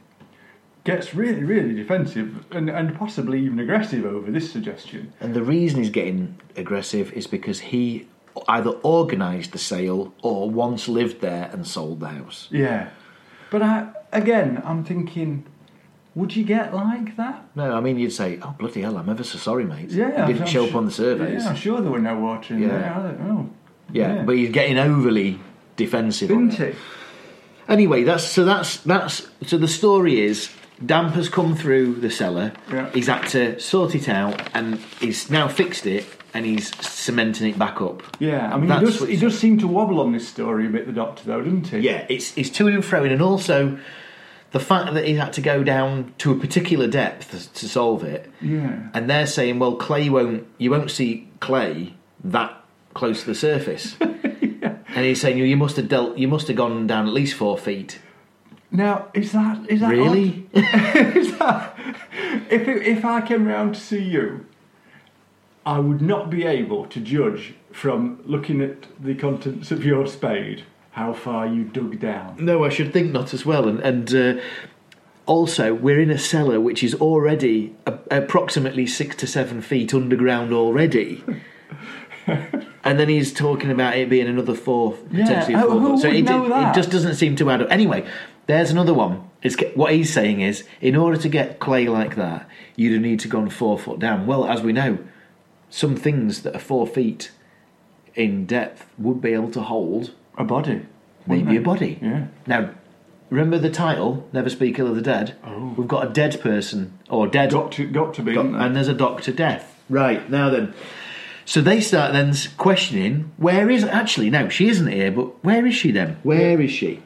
Speaker 2: gets really, really defensive and, and possibly even aggressive over this suggestion.
Speaker 1: And the reason he's getting aggressive is because he either organised the sale or once lived there and sold the house.
Speaker 2: Yeah, but I again, I'm thinking, would you get like that?
Speaker 1: No, I mean you'd say, "Oh bloody hell, I'm ever so sorry, mate.
Speaker 2: Yeah,
Speaker 1: you
Speaker 2: I'm-
Speaker 1: didn't
Speaker 2: I'm
Speaker 1: show up
Speaker 2: su-
Speaker 1: on the surveys."
Speaker 2: Yeah, I'm sure there were no water in
Speaker 1: Yeah.
Speaker 2: there. I don't know.
Speaker 1: Yeah, but he's getting overly defensive. on
Speaker 2: didn't
Speaker 1: it.
Speaker 2: it?
Speaker 1: Anyway, that's so that's that's so the story is Damp has come through the cellar.
Speaker 2: Yeah.
Speaker 1: He's had to sort it out, and he's now fixed it, and he's cementing it back up.
Speaker 2: Yeah, I mean, he
Speaker 1: That's
Speaker 2: does,
Speaker 1: what
Speaker 2: he
Speaker 1: it's-
Speaker 2: does seem to wobble on this story a bit, the doctor, though, doesn't he?
Speaker 1: Yeah, it's it's to and fro, and also the fact that he had to go down to a particular depth to solve it.
Speaker 2: Yeah.
Speaker 1: And they're saying, well, clay won't you won't see clay that close to the surface. And he's saying, you must have dealt, you must have gone down at least four feet.
Speaker 2: Now, is that is that
Speaker 1: Really?
Speaker 2: odd? is that, if it, if I came round to see you, I would not be able to judge from looking at the contents of your spade how far you dug down.
Speaker 1: No, I should think not as well. And, and uh, also, we're in a cellar which is already a- approximately six to seven feet underground already. and then he's talking about it being another four,
Speaker 2: Yeah,
Speaker 1: potentially
Speaker 2: oh,
Speaker 1: four.
Speaker 2: who
Speaker 1: foot. so
Speaker 2: would
Speaker 1: it,
Speaker 2: know
Speaker 1: it-
Speaker 2: that?
Speaker 1: it just doesn't seem to add up. Anyway, there's another one. It's, ca- what he's saying is, in order to get clay like that, you'd have need to gone four foot down. Well, as we know, some things that are four feet in depth would be able to hold
Speaker 2: A body,
Speaker 1: maybe a body.
Speaker 2: Yeah.
Speaker 1: Now, remember the title, Never Speak Ill of the Dead?
Speaker 2: Oh.
Speaker 1: We've got a dead person, or dead,
Speaker 2: got to got to be,
Speaker 1: doc-
Speaker 2: didn't
Speaker 1: and there's a Doctor Death. Right, now then. So they start then s- questioning, where is, actually, no, she isn't here, but where is she then? Where is she?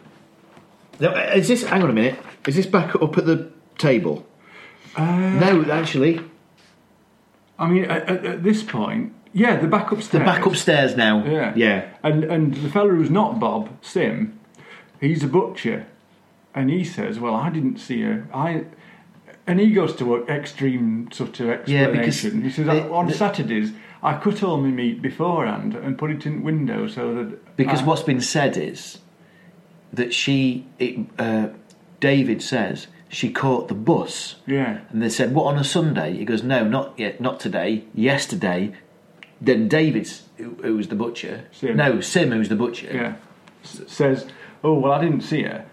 Speaker 1: Now, uh, is this, hang on a minute, is this back up at the table?
Speaker 2: there? Uh,
Speaker 1: No, actually,
Speaker 2: I mean, at, at, at this point, yeah, the back upstairs.
Speaker 1: they're back upstairs now.
Speaker 2: Yeah.
Speaker 1: Yeah.
Speaker 2: And and the fella who's not Bob, Sim, he's a butcher. And he says, Well, I didn't see her. I and he goes to an extreme sort of
Speaker 1: Yeah,
Speaker 2: explanation.
Speaker 1: because
Speaker 2: he says
Speaker 1: they-
Speaker 2: on
Speaker 1: they-
Speaker 2: Saturdays I cut all my meat beforehand and put it in the window so that
Speaker 1: Because
Speaker 2: I-
Speaker 1: what's been said is that she, it, uh, David says she caught the bus,
Speaker 2: Yeah.
Speaker 1: and they said, "What on a Sunday?" He goes, "No, not yet, not today. Yesterday." Then David's, who, who was the butcher,
Speaker 2: Sim.
Speaker 1: no Sim, who's the butcher,
Speaker 2: Yeah. S- says, Oh well I didn't see her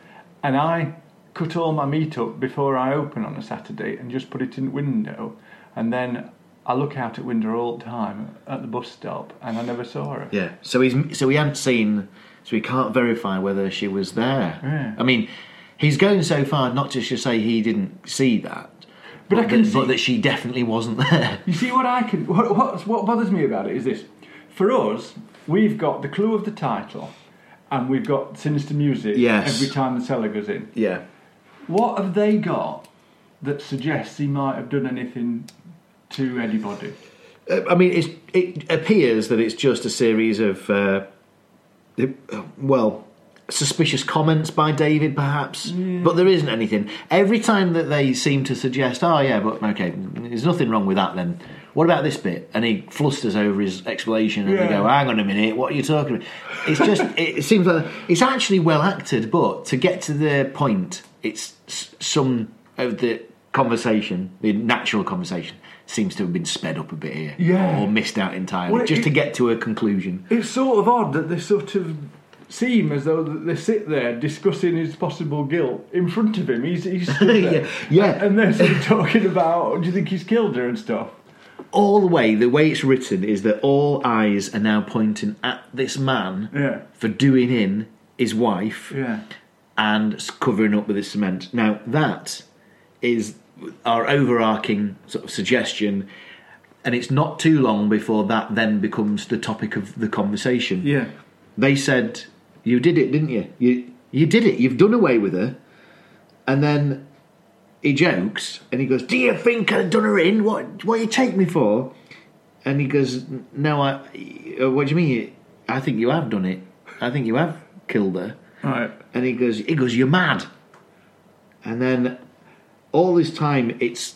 Speaker 2: and I cut all my meat up before I open on a Saturday and just put it in the window and then I look out at window all the time at the bus stop and I never saw her.
Speaker 1: Yeah. So he's so he hadn't seen, so he can't verify whether she was there.
Speaker 2: Yeah.
Speaker 1: I mean, he's going so far not to just say he didn't see that,
Speaker 2: But I can
Speaker 1: that,
Speaker 2: see-
Speaker 1: but that she definitely wasn't there.
Speaker 2: You see, what I can, what, what, what bothers me about it is this: for us, we've got the clue of the title, and we've got sinister music
Speaker 1: Yes.
Speaker 2: every time the seller goes in.
Speaker 1: Yeah.
Speaker 2: What have they got that suggests he might have done anything to anybody?
Speaker 1: Uh, I mean, it's, it appears that it's just a series of, uh, it- uh, well, suspicious comments by David, perhaps. But there isn't anything. Every time that they seem to suggest, oh yeah, but okay, there's nothing wrong with that. Then what about this bit? And he flusters over his explanation, and they
Speaker 2: Yeah.
Speaker 1: go, "Hang on a minute, what are you talking about?" It's just, it seems like it's actually well acted, but to get to the point, it's s- some of the conversation, the natural conversation. Seems to have been sped up a bit here
Speaker 2: Yeah.
Speaker 1: or missed out entirely
Speaker 2: Well,
Speaker 1: just
Speaker 2: it-
Speaker 1: to get to a conclusion.
Speaker 2: It's sort of odd that they sort of seem as though that they sit there discussing his possible guilt in front of him. He's, he's stood there.
Speaker 1: Yeah, yeah.
Speaker 2: And they're sort of talking about, "Oh, do you think he's killed her and stuff?
Speaker 1: All the way, the way it's written is that all eyes are now pointing at this man
Speaker 2: Yeah.
Speaker 1: for doing in his wife
Speaker 2: Yeah.
Speaker 1: and s- covering up with his cement. Now that is our overarching sort of suggestion, and it's not too long before that then becomes the topic of the conversation.
Speaker 2: Yeah.
Speaker 1: they said, "You did it, didn't you? You you did it. You've done away with her." And then he jokes and he goes, "Do you think I've done her in? What what you take me for?" And he goes, "No, I. uh, What do you mean? I think you have done it. I think you have killed her."
Speaker 2: Right.
Speaker 1: And he goes, "He goes, you're mad." And then all this time, it's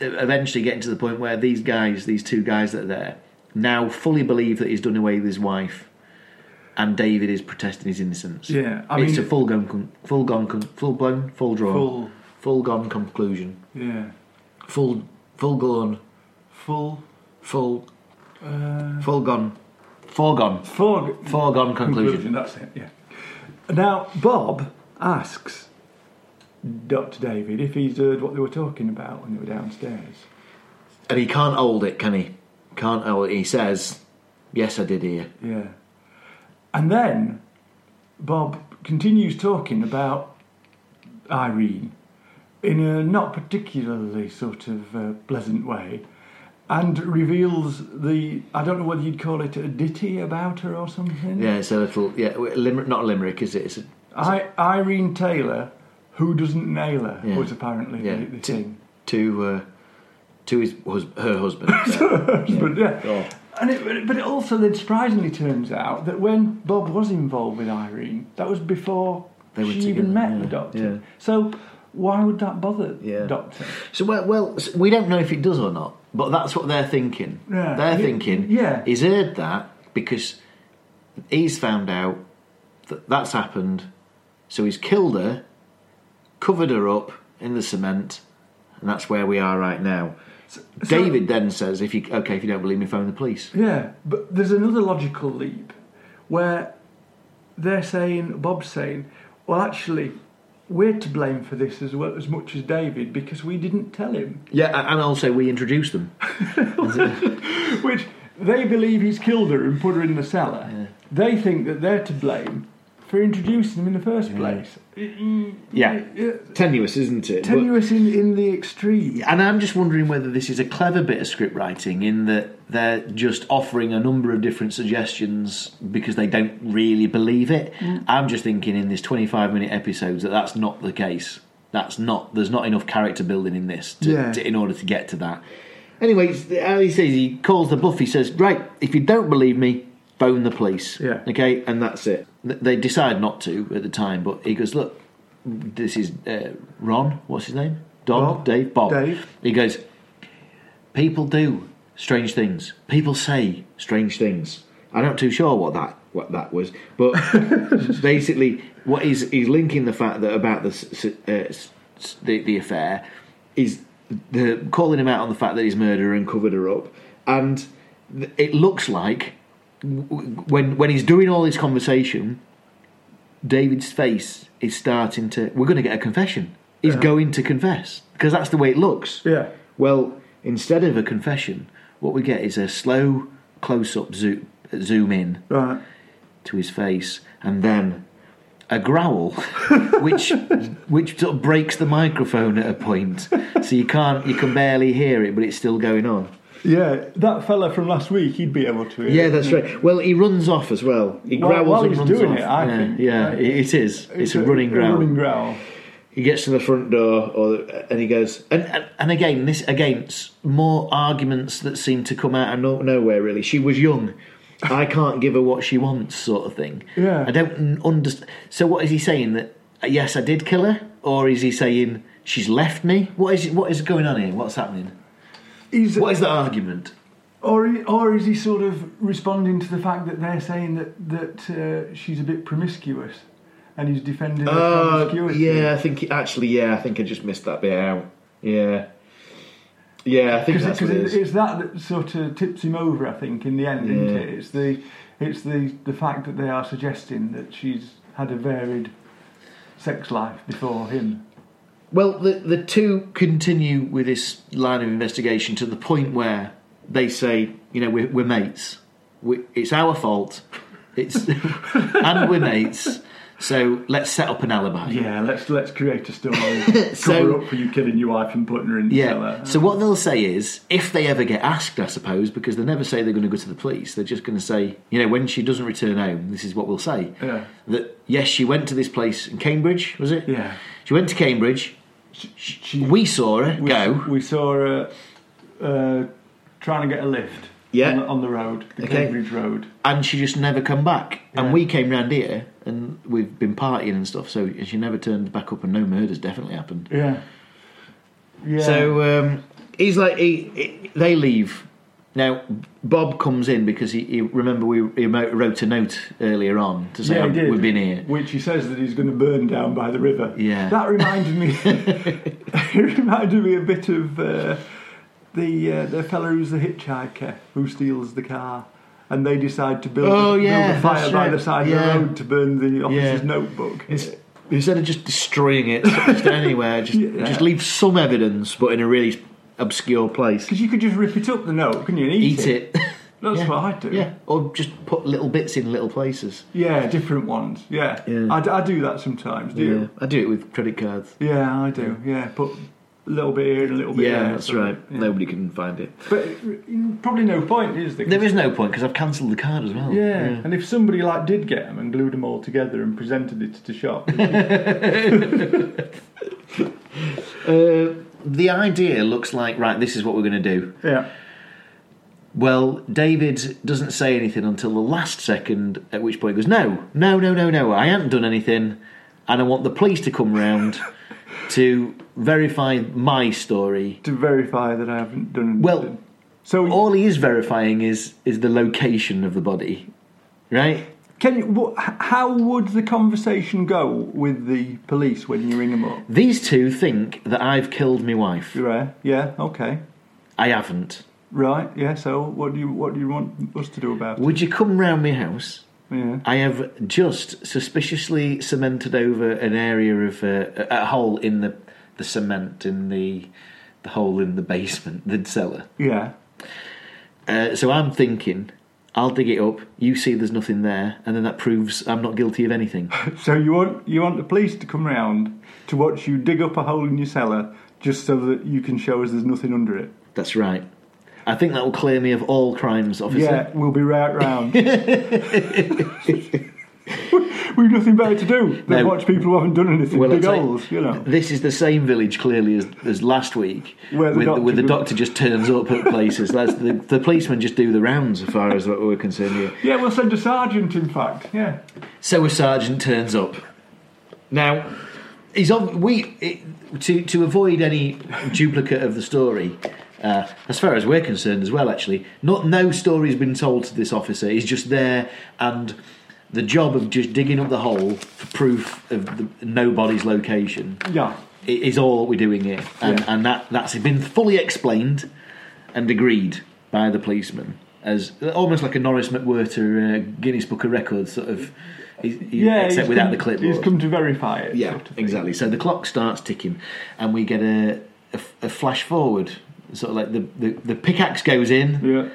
Speaker 1: eventually getting to the point where these guys, these two guys that are there, now fully believe that he's done away with his wife, and David is protesting his innocence.
Speaker 2: Yeah. I
Speaker 1: it's
Speaker 2: mean,
Speaker 1: a full gone, con- full gone, con- full blown, full drawn, full,
Speaker 2: full.
Speaker 1: gone conclusion,
Speaker 2: Yeah.
Speaker 1: full, full gone,
Speaker 2: Full.
Speaker 1: full,
Speaker 2: Uh,
Speaker 1: full gone, foregone,
Speaker 2: full
Speaker 1: foregone conclusion.
Speaker 2: conclusion. That's it. Yeah. Now Bob asks Dr. David if he's heard what they were talking about when they were downstairs.
Speaker 1: And he can't hold it, can he? Can't hold it. He says, "Yes, I did hear."
Speaker 2: Yeah. And then Bob continues talking about Irene in a not particularly sort of uh, pleasant way and reveals the I don't know whether you'd call it a ditty about her or something.
Speaker 1: Yeah, it's a little yeah, w- limer not a limerick, is it? It's a,
Speaker 2: I, Irene Taylor, who doesn't nail her,
Speaker 1: Yeah.
Speaker 2: was apparently
Speaker 1: Yeah.
Speaker 2: the, the
Speaker 1: T-
Speaker 2: thing.
Speaker 1: to uh, to his hus- her husband.
Speaker 2: But yeah.
Speaker 1: Yeah.
Speaker 2: And it, but it- but it also then surprisingly turns out that when Bob was involved with Irene, that was before
Speaker 1: They were
Speaker 2: she
Speaker 1: together,
Speaker 2: even met
Speaker 1: yeah,
Speaker 2: the doctor.
Speaker 1: yeah.
Speaker 2: So why would that bother
Speaker 1: Yeah.
Speaker 2: the doctor?
Speaker 1: So well, well, s- we don't know if it does or not, but that's what they're thinking.
Speaker 2: Yeah.
Speaker 1: They're
Speaker 2: Yeah.
Speaker 1: thinking.
Speaker 2: Yeah.
Speaker 1: he's heard that because he's found out that that's happened. So he's killed her, covered her up in the cement, and that's where we are right now.
Speaker 2: so-
Speaker 1: David then says, "If you okay, if you don't believe me, phone the police."
Speaker 2: Yeah, but there's another logical leap where they're saying, Bob's saying, well, actually, we're to blame for this as well as much as David because we didn't tell him.
Speaker 1: Yeah, a- and also we introduce them.
Speaker 2: Which they believe he's killed her and put her in the cellar. They think that they're to blame for introducing him in the first place.
Speaker 1: Yeah.
Speaker 2: Yeah.
Speaker 1: Tenuous, isn't it? But-
Speaker 2: Tenuous in, in the extreme.
Speaker 1: And I'm just wondering whether this is a clever bit of script writing in that they're just offering a number of different suggestions because they don't really believe it.
Speaker 2: Mm.
Speaker 1: I'm just thinking in this 25 minute episodes that that's not the case. That's not. There's not enough character building in this to,
Speaker 2: Yeah.
Speaker 1: to, in order to get to that. Anyway, it's- uh, he says he calls the bluff. He says, "Right, if you don't believe me, phone the police."
Speaker 2: Yeah.
Speaker 1: Okay, and that's it. Th- They decide not to at the time, but he goes, "Look, this is uh, Ron. What's his name? Don,
Speaker 2: Bob.
Speaker 1: Dave, Bob.
Speaker 2: Dave.
Speaker 1: He goes, people do strange things. People say strange things. I'm not too sure what that what that was, but basically, what he's he's linking the fact that about the s- s- uh, s- s- the, the affair is the calling him out on the fact that he's murdered her and covered her up, and th- it looks like w- w- when when he's doing all this conversation, David's face is starting to. We're going to get a confession. He's going to confess because that's the way it looks.
Speaker 2: Yeah.
Speaker 1: Well, instead of a confession, what we get is a slow close-up zo- zoom in
Speaker 2: Right.
Speaker 1: to his face, and then a growl, which which sort of breaks the microphone at a point, so you can't you can barely hear it, but it's still going on.
Speaker 2: Yeah, that fella from last week, he'd be able to. hear
Speaker 1: Yeah,
Speaker 2: it.
Speaker 1: that's right. Well, he runs off as well. He
Speaker 2: While-
Speaker 1: growls
Speaker 2: while
Speaker 1: and
Speaker 2: he's
Speaker 1: runs
Speaker 2: doing
Speaker 1: off.
Speaker 2: it, I
Speaker 1: yeah,
Speaker 2: think.
Speaker 1: yeah, it- it is. It's, a, running growl.
Speaker 2: Running growl.
Speaker 1: He gets to the front door, or and he goes, and, and and again, this again, s- more arguments that seem to come out of no, nowhere. Really, she was young. I can't give her what she wants, sort of thing.
Speaker 2: Yeah.
Speaker 1: I don't understand. So, what is he saying? That uh, yes, I did kill her, or is he saying she's left me? What is what is going on here? What's happening?
Speaker 2: He's,
Speaker 1: What is the argument?
Speaker 2: or, he- or is he sort of responding to the fact that they're saying that that uh, she's a bit promiscuous, and he's defending her
Speaker 1: Uh,
Speaker 2: promiscuity?
Speaker 1: yeah, I think actually, yeah, I think I just missed that bit out. Yeah, yeah, I think that's
Speaker 2: because
Speaker 1: what it
Speaker 2: it's,
Speaker 1: is.
Speaker 2: it's that that sort of tips him over. I think in the end, isn't
Speaker 1: Yeah.
Speaker 2: it? It's the it's the the fact that they are suggesting that she's had a varied sex life before him.
Speaker 1: Well, the the two continue with this line of investigation to the point where they say, you know, we're, we're mates. We, it's our fault. It's and we're mates. So let's set up an alibi.
Speaker 2: Yeah, let's let's create a story.
Speaker 1: So-
Speaker 2: Cover up for you killing your wife and putting her in the
Speaker 1: Yeah.
Speaker 2: cellar.
Speaker 1: So what they'll say is, if they ever get asked, I suppose, because they never say they're going to go to the police. They're just going to say, you know, when she doesn't return home, this is what we'll say.
Speaker 2: Yeah.
Speaker 1: That yes, she went to this place in Cambridge, was it?
Speaker 2: Yeah.
Speaker 1: She went to Cambridge.
Speaker 2: She-
Speaker 1: We saw her
Speaker 2: we,
Speaker 1: go.
Speaker 2: We saw her uh, trying to get a lift.
Speaker 1: Yeah.
Speaker 2: On the, on the road, the
Speaker 1: Okay.
Speaker 2: Cambridge Road.
Speaker 1: and she just never come back.
Speaker 2: Yeah.
Speaker 1: And we came round here and we've been partying and stuff. So she never turned back up, and no murders definitely happened.
Speaker 2: Yeah. Yeah.
Speaker 1: So um, he's like, he, he- they leave. Now Bob comes in because he, he remember we he mo- wrote a note earlier on to say
Speaker 2: Yeah, he did.
Speaker 1: we've been here.
Speaker 2: which he says that he's going to burn down by the river.
Speaker 1: Yeah.
Speaker 2: that reminded me. it reminded me a bit of uh, the uh, the fellow who's the hitchhiker who steals the car, and they decide to build,
Speaker 1: Oh, yeah,
Speaker 2: build a fire
Speaker 1: that's
Speaker 2: by
Speaker 1: right.
Speaker 2: the side
Speaker 1: Yeah.
Speaker 2: of the road to burn the officer's
Speaker 1: Yeah.
Speaker 2: notebook.
Speaker 1: It's- Instead of just destroying it just anywhere, just
Speaker 2: Yeah.
Speaker 1: just leave some evidence, but in a really obscure place.
Speaker 2: because you could just rip it up the note, couldn't you? And eat,
Speaker 1: Eat it.
Speaker 2: That's
Speaker 1: Yeah.
Speaker 2: what I do.
Speaker 1: yeah, or just put little bits in little places.
Speaker 2: Yeah, different ones. Yeah,
Speaker 1: Yeah.
Speaker 2: I, d- I do that sometimes. Do
Speaker 1: Yeah,
Speaker 2: you?
Speaker 1: I do it with credit cards.
Speaker 2: Yeah, I do. Yeah, put a little bit here and a little bit there.
Speaker 1: Yeah, that's
Speaker 2: so-
Speaker 1: right.
Speaker 2: yeah.
Speaker 1: Nobody can find it.
Speaker 2: But it- probably no point, is there? 'Cause-
Speaker 1: There is no point because I've cancelled the card as well.
Speaker 2: Yeah. and if somebody like did get them and glued them all together and presented it to shop,
Speaker 1: Uh, the idea looks like right. This is what we're going to do.
Speaker 2: yeah,
Speaker 1: Well, David doesn't say anything until the last second, at which point he goes, "No, no, no, no, no. I haven't done anything, and I want the police to come round to verify my story."
Speaker 2: to verify that I haven't done.
Speaker 1: Well,
Speaker 2: so
Speaker 1: all he is verifying is is the location of the body, right?
Speaker 2: can you? wha- h- how would the conversation go with the police when you ring them up?
Speaker 1: These two think that I've killed my wife.
Speaker 2: Yeah, yeah, okay,
Speaker 1: I haven't.
Speaker 2: right, yeah. So what do you what do you want us to do about it?
Speaker 1: Would you come round my house?
Speaker 2: Yeah,
Speaker 1: I have just suspiciously cemented over an area of uh, a a hole in the the cement in the the hole in the basement, the cellar.
Speaker 2: yeah,
Speaker 1: Uh, so I'm thinking, I'll dig it up. You see, there's nothing there, and then that proves I'm not guilty of anything.
Speaker 2: So you want you want the police to come round to watch you dig up a hole in your cellar just so that you can show us there's nothing under it.
Speaker 1: That's right. I think that will clear me of all crimes,
Speaker 2: Yeah,
Speaker 1: officer.
Speaker 2: we'll be right round. We've nothing better to do than
Speaker 1: No.
Speaker 2: watch people who haven't done anything
Speaker 1: Well, I
Speaker 2: dig
Speaker 1: tell you-
Speaker 2: holes, you know.
Speaker 1: This is the same village, clearly, as, as last week,
Speaker 2: Where the
Speaker 1: with,
Speaker 2: doctor
Speaker 1: where the
Speaker 2: was-
Speaker 1: doctor just turns up at places. That's the, the policemen just do the rounds, as far as what we're concerned here.
Speaker 2: Yeah, we'll send a sergeant, in fact. Yeah.
Speaker 1: So a sergeant turns up. Now, he's on. We it, to to avoid any duplicate of the story. Uh, as far as we're concerned, as well, actually, not no story's been told to this officer. He's just there, and the job of just digging up the hole for proof of the, nobody's location
Speaker 2: Yeah.
Speaker 1: i- is all we're doing here, and,
Speaker 2: Yeah.
Speaker 1: and that that's been fully explained and agreed by the policeman as almost like a Norris McWhirter uh, Guinness Book of Records sort of, he- he-
Speaker 2: Yeah.
Speaker 1: except
Speaker 2: he's
Speaker 1: without
Speaker 2: come-
Speaker 1: the clipboard.
Speaker 2: He's come to verify it.
Speaker 1: yeah,
Speaker 2: sort of thing.
Speaker 1: exactly. So the clock starts ticking, and we get a, a f- a flash forward, sort of like the, the, the pickaxe goes in,
Speaker 2: Yeah.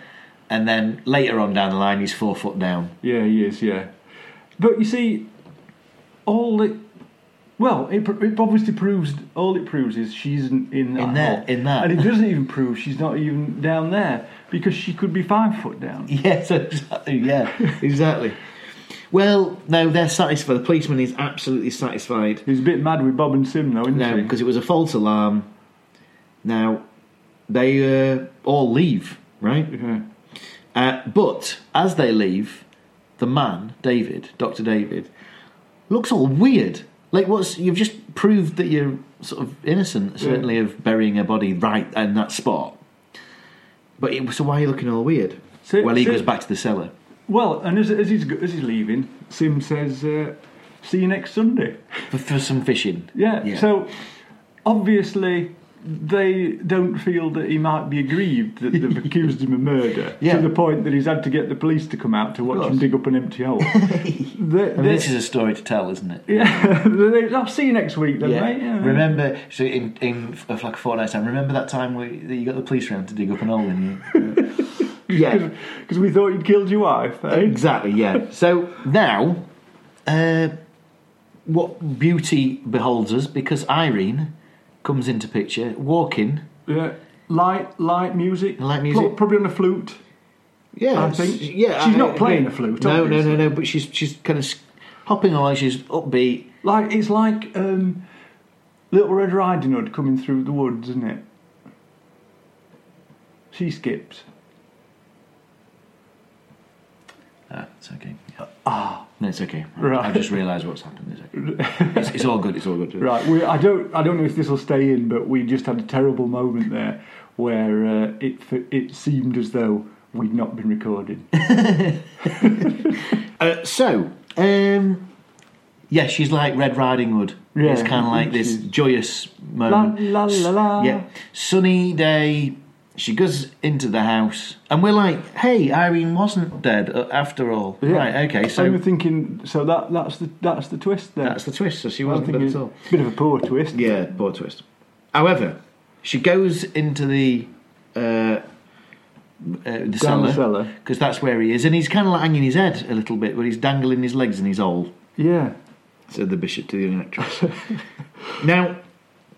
Speaker 1: and then later on down the line he's four foot down.
Speaker 2: Yeah, he is, yeah. But you see, all that Well, it, pr- it obviously proves all it proves is she isn't in that
Speaker 1: In there,
Speaker 2: hole.
Speaker 1: in that.
Speaker 2: and it doesn't even prove she's not even down there because she could be five foot down.
Speaker 1: Yes, exactly. Yeah, exactly. Well, no, they're satisfied. The policeman is absolutely satisfied.
Speaker 2: He's a bit mad with Bob and Sim though, isn't
Speaker 1: No,
Speaker 2: he?
Speaker 1: because it was a false alarm. Now, they uh, all leave, right?
Speaker 2: Yeah.
Speaker 1: Uh, but as they leave, the man, David, Doctor David, looks all weird. Like, what's you've just proved that you're sort of innocent, certainly of burying a body right in that spot. But it, so why are you looking all weird?
Speaker 2: So-
Speaker 1: well, he
Speaker 2: so-
Speaker 1: goes back to the cellar.
Speaker 2: Well, and as, as he's go- as he's leaving, Sim says, uh, "See you next Sunday."
Speaker 1: for, for some fishing.
Speaker 2: Yeah.
Speaker 1: Yeah.
Speaker 2: So obviously they don't feel that he might be aggrieved that they've accused him of murder
Speaker 1: Yeah.
Speaker 2: to the point that he's had to get the police to come out to watch him
Speaker 1: course.
Speaker 2: dig up an empty hole. They-
Speaker 1: I mean,
Speaker 2: they-
Speaker 1: this is a story to tell, isn't it?
Speaker 2: yeah. they- I'll see you next week then, mate. Yeah.
Speaker 1: Remember, so in, in f- like a fortnight time, remember that time where you that you got the police round to dig up an hole in you? yeah.
Speaker 2: Because we thought you'd killed your wife. eh?
Speaker 1: Exactly, yeah. So now, uh, what beauty beholds us because Irene comes into picture walking.
Speaker 2: Yeah. Light, light music.
Speaker 1: Light music.
Speaker 2: Pro- Probably on a flute.
Speaker 1: Yeah,
Speaker 2: I
Speaker 1: it's-
Speaker 2: think-
Speaker 1: yeah.
Speaker 2: she's
Speaker 1: I-
Speaker 2: not playing
Speaker 1: yeah.
Speaker 2: a flute,
Speaker 1: No, no, no,
Speaker 2: obviously.
Speaker 1: no. But she's she's kind of hopping along. She's upbeat.
Speaker 2: Like it's like um, Little Red Riding Hood coming through the woods, isn't it? She skips.
Speaker 1: Ah, it's okay. Ah, no, it's okay.
Speaker 2: Right.
Speaker 1: I just realised what's happened. It's, okay. it's, it's all good. It's all good.
Speaker 2: Right. We, I don't. I don't know if this will stay in, but we just had a terrible moment there where uh, it f- it seemed as though we'd not been recording.
Speaker 1: Uh, so, um, yeah, she's like Red Riding Hood.
Speaker 2: Yeah.
Speaker 1: It's kind of like this
Speaker 2: She's-
Speaker 1: joyous
Speaker 2: la
Speaker 1: moment.
Speaker 2: la la la.
Speaker 1: Um, Yeah, sunny day. She goes into the house, and we're like, "Hey, Irene wasn't dead uh, after all."
Speaker 2: Yeah.
Speaker 1: Right? Okay.
Speaker 2: So I'm
Speaker 1: So
Speaker 2: thinking. So that that's the that's the twist there.
Speaker 1: that's the twist. So she
Speaker 2: I
Speaker 1: wasn't
Speaker 2: think
Speaker 1: dead
Speaker 2: it's
Speaker 1: at
Speaker 2: a
Speaker 1: all.
Speaker 2: bit of a poor twist.
Speaker 1: Yeah, poor twist. However, she goes into the uh, uh, the
Speaker 2: Down the
Speaker 1: cellar
Speaker 2: cellar.
Speaker 1: because that's where he is, and he's kind of like hanging his head a little bit, but he's dangling his legs in his hole.
Speaker 2: Yeah.
Speaker 1: Said the bishop to the young actress. now,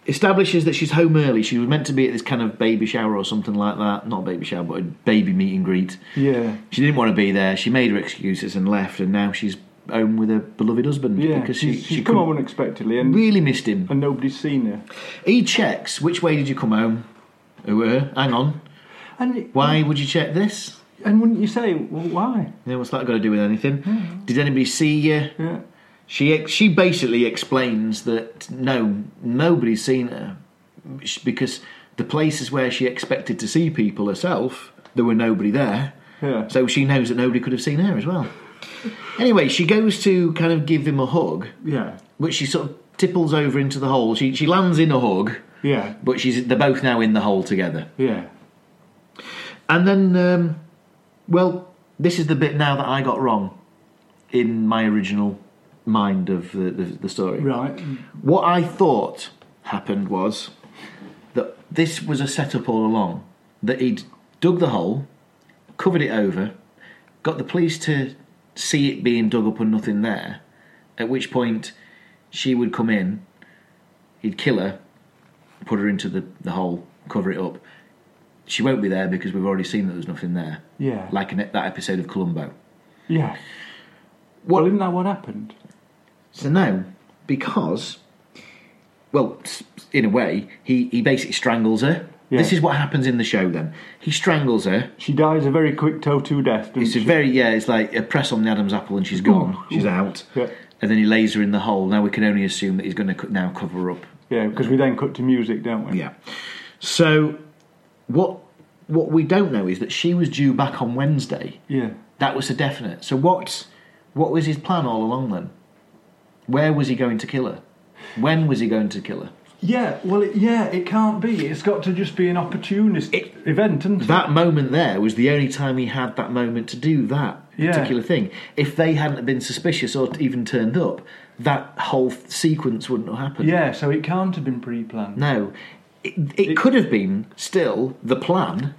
Speaker 1: establishes that she's home early. She was meant to be at this kind of baby shower or something like that. Not a baby shower, but a baby meet and greet.
Speaker 2: Yeah.
Speaker 1: She didn't want to be there. She made her excuses and left, and now she's home with her beloved husband
Speaker 2: Yeah.
Speaker 1: because she
Speaker 2: she's, she's
Speaker 1: she
Speaker 2: come
Speaker 1: couldn't-
Speaker 2: home unexpectedly and
Speaker 1: really missed him.
Speaker 2: and nobody's seen her.
Speaker 1: He checks which way did you come home? Who were? Hang on.
Speaker 2: And
Speaker 1: Why would you check this?
Speaker 2: And wouldn't you say well, why?
Speaker 1: Yeah, what's that got to do with anything?
Speaker 2: Hmm.
Speaker 1: Did anybody see you?
Speaker 2: Yeah.
Speaker 1: She ex- she basically explains that no, nobody's seen her Sh- because the places where she expected to see people herself, there were nobody there.
Speaker 2: Yeah.
Speaker 1: So she knows that nobody could have seen her as well. anyway, she goes to kind of give him a hug,
Speaker 2: Yeah.
Speaker 1: but she sort of tipples over into the hole. She she lands in a hug,
Speaker 2: Yeah.
Speaker 1: but she's they're both now in the hole together.
Speaker 2: Yeah.
Speaker 1: And then, um, well, this is the bit now that I got wrong in my original mind of the, the, the story.
Speaker 2: Right.
Speaker 1: What I thought happened was that this was a setup all along. That he'd dug the hole, covered it over, got the police to see it being dug up and nothing there, at which point she would come in, he'd kill her, put her into the, the hole, cover it up. She won't be there because we've already seen that there's nothing there.
Speaker 2: Yeah.
Speaker 1: Like in that episode of Columbo.
Speaker 2: Yeah.
Speaker 1: What-
Speaker 2: Well, isn't that what happened?
Speaker 1: So no, because, well, s- in a way, he, he basically strangles her.
Speaker 2: Yeah.
Speaker 1: This is what happens in the show. Then he strangles her.
Speaker 2: She dies a very quick toe-to death. doesn't
Speaker 1: It's a
Speaker 2: she?
Speaker 1: very yeah. It's like a press on the Adam's apple, and she's gone. She's out.
Speaker 2: Yeah.
Speaker 1: And then he lays her in the hole. Now we can only assume that he's going to now cover her up.
Speaker 2: yeah, because we then cut to music, don't we?
Speaker 1: Yeah. So what what we don't know is that she was due back on Wednesday.
Speaker 2: Yeah.
Speaker 1: That was a definite. So what what was his plan all along then? Where was he going to kill her? When was he going to kill her?
Speaker 2: Yeah. Well, it, yeah, it can't be. It's got to just be an opportunist event, isn't it?
Speaker 1: that moment there was the only time he had that moment to do that
Speaker 2: Yeah.
Speaker 1: particular thing. If they hadn't been suspicious or even turned up, that whole th- sequence wouldn't have happened.
Speaker 2: Yeah. So it can't have been pre-planned.
Speaker 1: No, it, it, could have been still the plan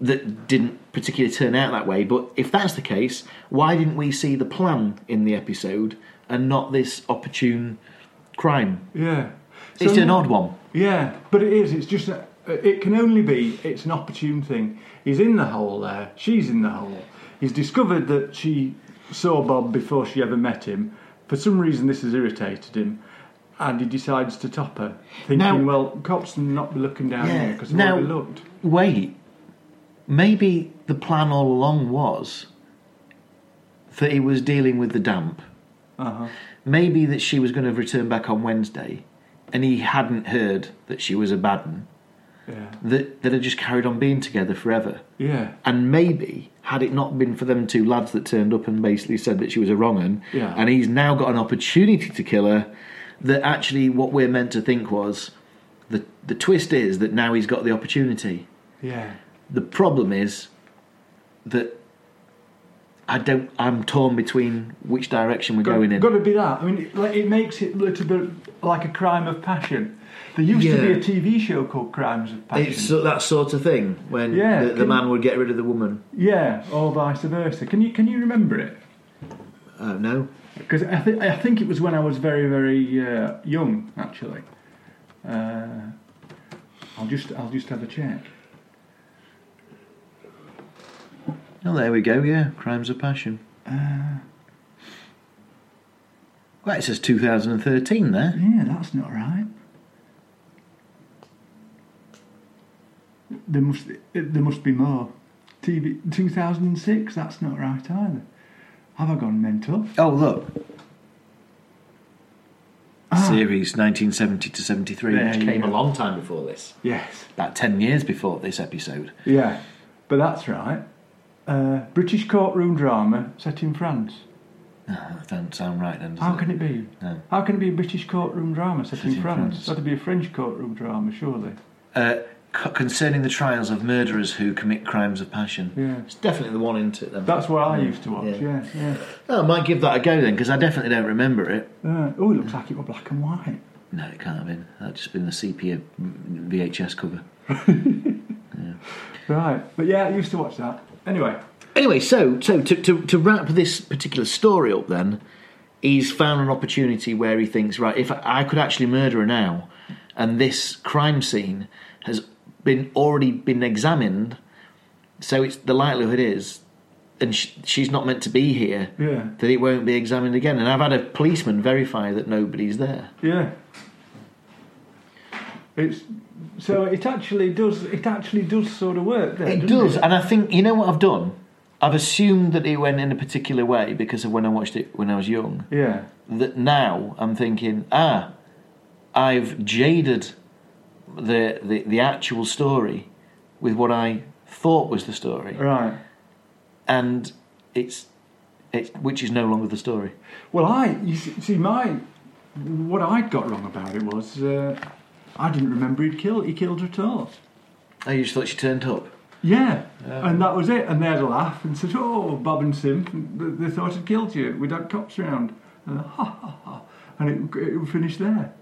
Speaker 1: that didn't particularly turn out that way. But if that's the case, why didn't we see the plan in the episode and not this opportune crime.
Speaker 2: Yeah.
Speaker 1: it's
Speaker 2: So-
Speaker 1: an odd one.
Speaker 2: Yeah, but it is. It's just that uh, it can only be. It's an opportune thing. He's in the hole there. She's in the hole. He's discovered that she saw Bob before she ever met him. For some reason, this has irritated him, and he decides to top her, thinking,
Speaker 1: Now-
Speaker 2: "Well, cops will not be looking down
Speaker 1: Yeah,
Speaker 2: here because
Speaker 1: now-
Speaker 2: they'll be looked."
Speaker 1: Wait, maybe the plan all along was that he was dealing with the damp.
Speaker 2: Uh-huh.
Speaker 1: Maybe that she was going to return back on Wednesday, and he hadn't heard that she was a bad one.
Speaker 2: Yeah.
Speaker 1: That that had just carried on being together forever.
Speaker 2: Yeah.
Speaker 1: And maybe had it not been for them two lads that turned up and basically said that she was a wrong un,
Speaker 2: Yeah.
Speaker 1: and he's now got an opportunity to kill her, that actually what we're meant to think was the the twist is that now he's got the opportunity.
Speaker 2: Yeah.
Speaker 1: The problem is that I don't I'm torn between which direction we're going in.
Speaker 2: Got to be that. I mean, it, like, it makes it a little bit like a crime of passion. There used
Speaker 1: Yeah.
Speaker 2: to be a TV show called Crimes of Passion.
Speaker 1: It's so- that sort of thing when
Speaker 2: Yeah,
Speaker 1: the, the
Speaker 2: can-
Speaker 1: man would get rid of the woman.
Speaker 2: Yeah, or vice versa. Can you can you remember it?
Speaker 1: Oh no.
Speaker 2: Because I, th- I think it was when I was very very uh, young actually. Uh, I'll just I'll just have a check.
Speaker 1: Oh, there we go. Yeah, Crimes of Passion.
Speaker 2: Uh.
Speaker 1: Well, it says 2013 there.
Speaker 2: Yeah, that's not right. There must there must be more. TV 2006. That's not right either. Have I gone mental?
Speaker 1: Oh, look.
Speaker 2: Ah.
Speaker 1: Series 1970 to 73,
Speaker 2: There
Speaker 1: which
Speaker 2: you
Speaker 1: came
Speaker 2: go.
Speaker 1: a long time before this.
Speaker 2: Yes.
Speaker 1: About 10 years before this episode.
Speaker 2: Yeah, but that's right. Uh, British courtroom drama set in France.
Speaker 1: Ah, that don't sound right then, does
Speaker 2: How
Speaker 1: it?
Speaker 2: can it be?
Speaker 1: No.
Speaker 2: How can it be a British courtroom drama set
Speaker 1: Set
Speaker 2: in
Speaker 1: in
Speaker 2: France?
Speaker 1: France.
Speaker 2: That'd be a French courtroom drama, surely.
Speaker 1: Uh, co- concerning the trials of murderers who commit crimes of passion.
Speaker 2: Yeah.
Speaker 1: It's definitely the one, isn't it, then?
Speaker 2: That's what I used to
Speaker 1: Yeah.
Speaker 2: watch, yeah. yeah.
Speaker 1: Oh, I might give that a go then, because I definitely don't remember it.
Speaker 2: Uh, oh, it looks like it were black and white.
Speaker 1: No, it can't have been. That's just been the sepia mm, VHS cover.
Speaker 2: Right. But yeah, I used to watch that. Anyway,
Speaker 1: Anyway, so so to, to, to wrap this particular story up, then he's found an opportunity where he thinks, right, if I could actually murder her now, and this crime scene has been already been examined, so it's the likelihood is, and sh- she's not meant to be here,
Speaker 2: Yeah.
Speaker 1: that it won't be examined again. And I've had a policeman verify that nobody's there.
Speaker 2: yeah. It's so it actually does it actually does sort of work there.
Speaker 1: It
Speaker 2: doesn't
Speaker 1: does, and I think you know what I've done. I've assumed that it went in a particular way because of when I watched it when I was young.
Speaker 2: Yeah.
Speaker 1: that now I'm thinking, ah, I've jaded the, the the actual story with what I thought was the story,
Speaker 2: Right.
Speaker 1: and it's it's which is no longer the story.
Speaker 2: Well, I you see, see my what I'd got wrong about it was uh, I didn't remember he'd killed he killed her at all.
Speaker 1: I just thought she turned up.
Speaker 2: Yeah, and that was it. And they had a laugh and said, "Oh, Bob and Sim, th- they thought had killed you. We'd had cops around." And, ha, ha, ha. and it, it finished there.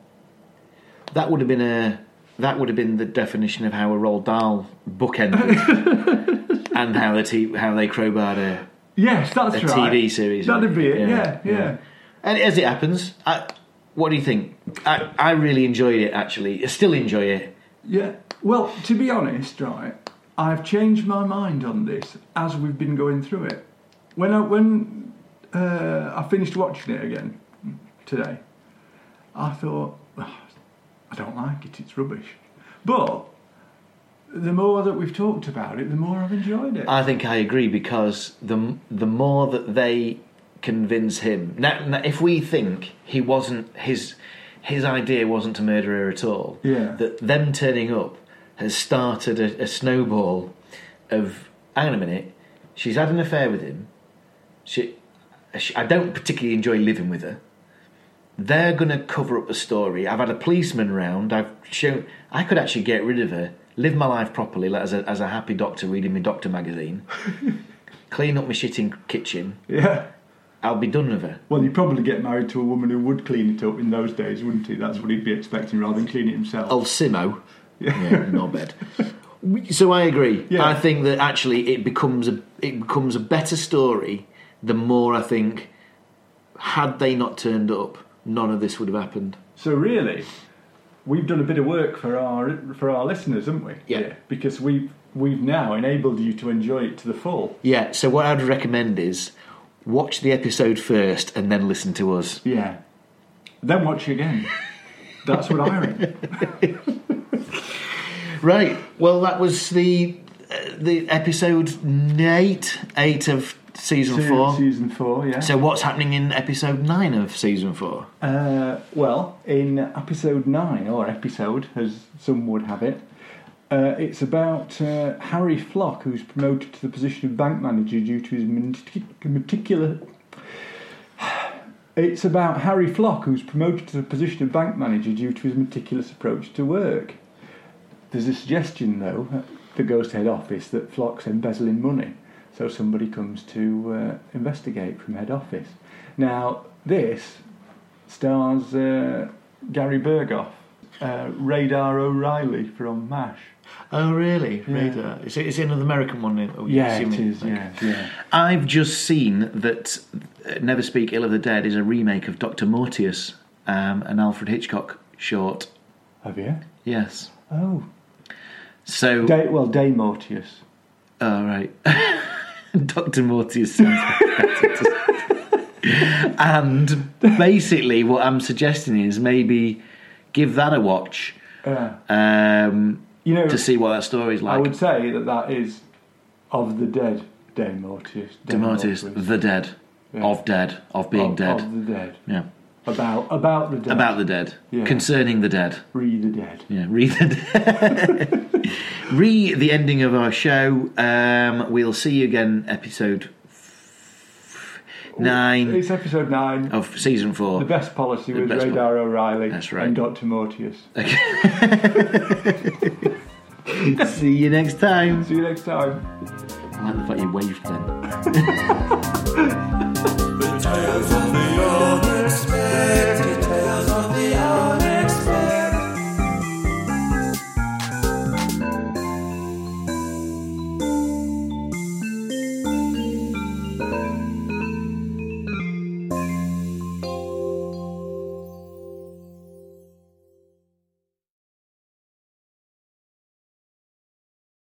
Speaker 1: That would have been a that would have been the definition of how a Roald Dahl book ended, and how the t- how they crowbarred a,
Speaker 2: Yes, that's
Speaker 1: a
Speaker 2: right.
Speaker 1: TV series.
Speaker 2: That'd be it. Yeah, yeah.
Speaker 1: And as it happens, I, what do you think? I, I really enjoyed it. Actually, I still enjoy it.
Speaker 2: Yeah. Well, to be honest, right, I've changed my mind on this as we've been going through it. When I when uh, I finished watching it again today, I thought "Ugh, I don't like it. It's rubbish. But the more that we've talked about it, the more I've enjoyed it.
Speaker 1: I think I agree because the the more that they convince him now, now if we think he wasn't his his idea wasn't to murder her at all
Speaker 2: Yeah.
Speaker 1: that them turning up has started a, a snowball of hang on a minute she's had an affair with him she, she I don't particularly enjoy living with her they're going to cover up the story I've had a policeman round I've shown I could actually get rid of her live my life properly like, as a, as a happy doctor reading my doctor magazine clean up my shitting kitchen
Speaker 2: yeah.
Speaker 1: I'll be done with her
Speaker 2: Well, you'd probably get married to a woman who would clean it up in those days, wouldn't he? That's what he'd be expecting rather than clean it himself.
Speaker 1: El Simo. Yeah, not bad. So I agree.
Speaker 2: Yeah.
Speaker 1: I think that actually it becomes a it becomes a better story the more I think had they not turned up, none of this would have happened.
Speaker 2: So really, we've done a bit of work for our for our listeners, haven't we?
Speaker 1: Yeah.
Speaker 2: Because we've we've now enabled you to enjoy it to the full.
Speaker 1: Yeah, so what I'd recommend is watch the episode first and then listen to us.
Speaker 2: Yeah. Then watch again. That's what I read.
Speaker 1: Right. Well, that was the uh, the episode eight, eight of season four.
Speaker 2: Season four, yeah.
Speaker 1: So what's happening in episode nine of season four?
Speaker 2: Uh, well, in episode 9, or episode, as some would have it, uh, it's about uh, Harry Flock, who's promoted to the position of bank manager due to his metic- meticulous. It's about Harry Flock, who's promoted to the position of bank manager due to his meticulous approach to work. There's a suggestion, though, uh, that goes to head office that Flock's embezzling money. So somebody comes to uh, investigate from head office. Now, this stars uh, Gary Berghoff, uh, Radar O'Reilly from MASH.
Speaker 1: Oh, really?
Speaker 2: Yeah.
Speaker 1: Radar. Is it, is it another American one? Oh, you
Speaker 2: Yeah, it
Speaker 1: assume
Speaker 2: is.
Speaker 1: Okay.
Speaker 2: Yeah, yeah.
Speaker 1: I've just seen that uh, Never Speak Ill of the Dead is a remake of Dr. Mortius, um, an Alfred Hitchcock short.
Speaker 2: Have you?
Speaker 1: Yes.
Speaker 2: Oh,
Speaker 1: So,
Speaker 2: Day, well, Day Mortius.
Speaker 1: all right. Dr. Mortius sounds better to- And basically, what I'm suggesting is maybe give that a watch
Speaker 2: Uh,
Speaker 1: um,
Speaker 2: you know,
Speaker 1: to see what that story's
Speaker 2: I
Speaker 1: like.
Speaker 2: would say that that is of the dead. Day Mortius. Day
Speaker 1: Demortius,
Speaker 2: Mortius.
Speaker 1: the dead,
Speaker 2: Yeah.
Speaker 1: of dead, of being
Speaker 2: Of-
Speaker 1: dead.
Speaker 2: Of the dead.
Speaker 1: yeah.
Speaker 2: About about the dead.
Speaker 1: About the dead.
Speaker 2: Yeah.
Speaker 1: Concerning the dead.
Speaker 2: re the dead.
Speaker 1: Yeah, re the, re the ending of our show. Um, we'll see you again, episode f- nine
Speaker 2: It's episode nine.
Speaker 1: of season
Speaker 2: The
Speaker 1: four.
Speaker 2: best policy
Speaker 1: Oh. The
Speaker 2: with
Speaker 1: best
Speaker 2: Radar O'Reilly
Speaker 1: That's right.
Speaker 2: and Dr. Mortius.
Speaker 1: see you next time.
Speaker 2: See you next time.
Speaker 1: I like the fact you waved then.
Speaker 3: The tales of the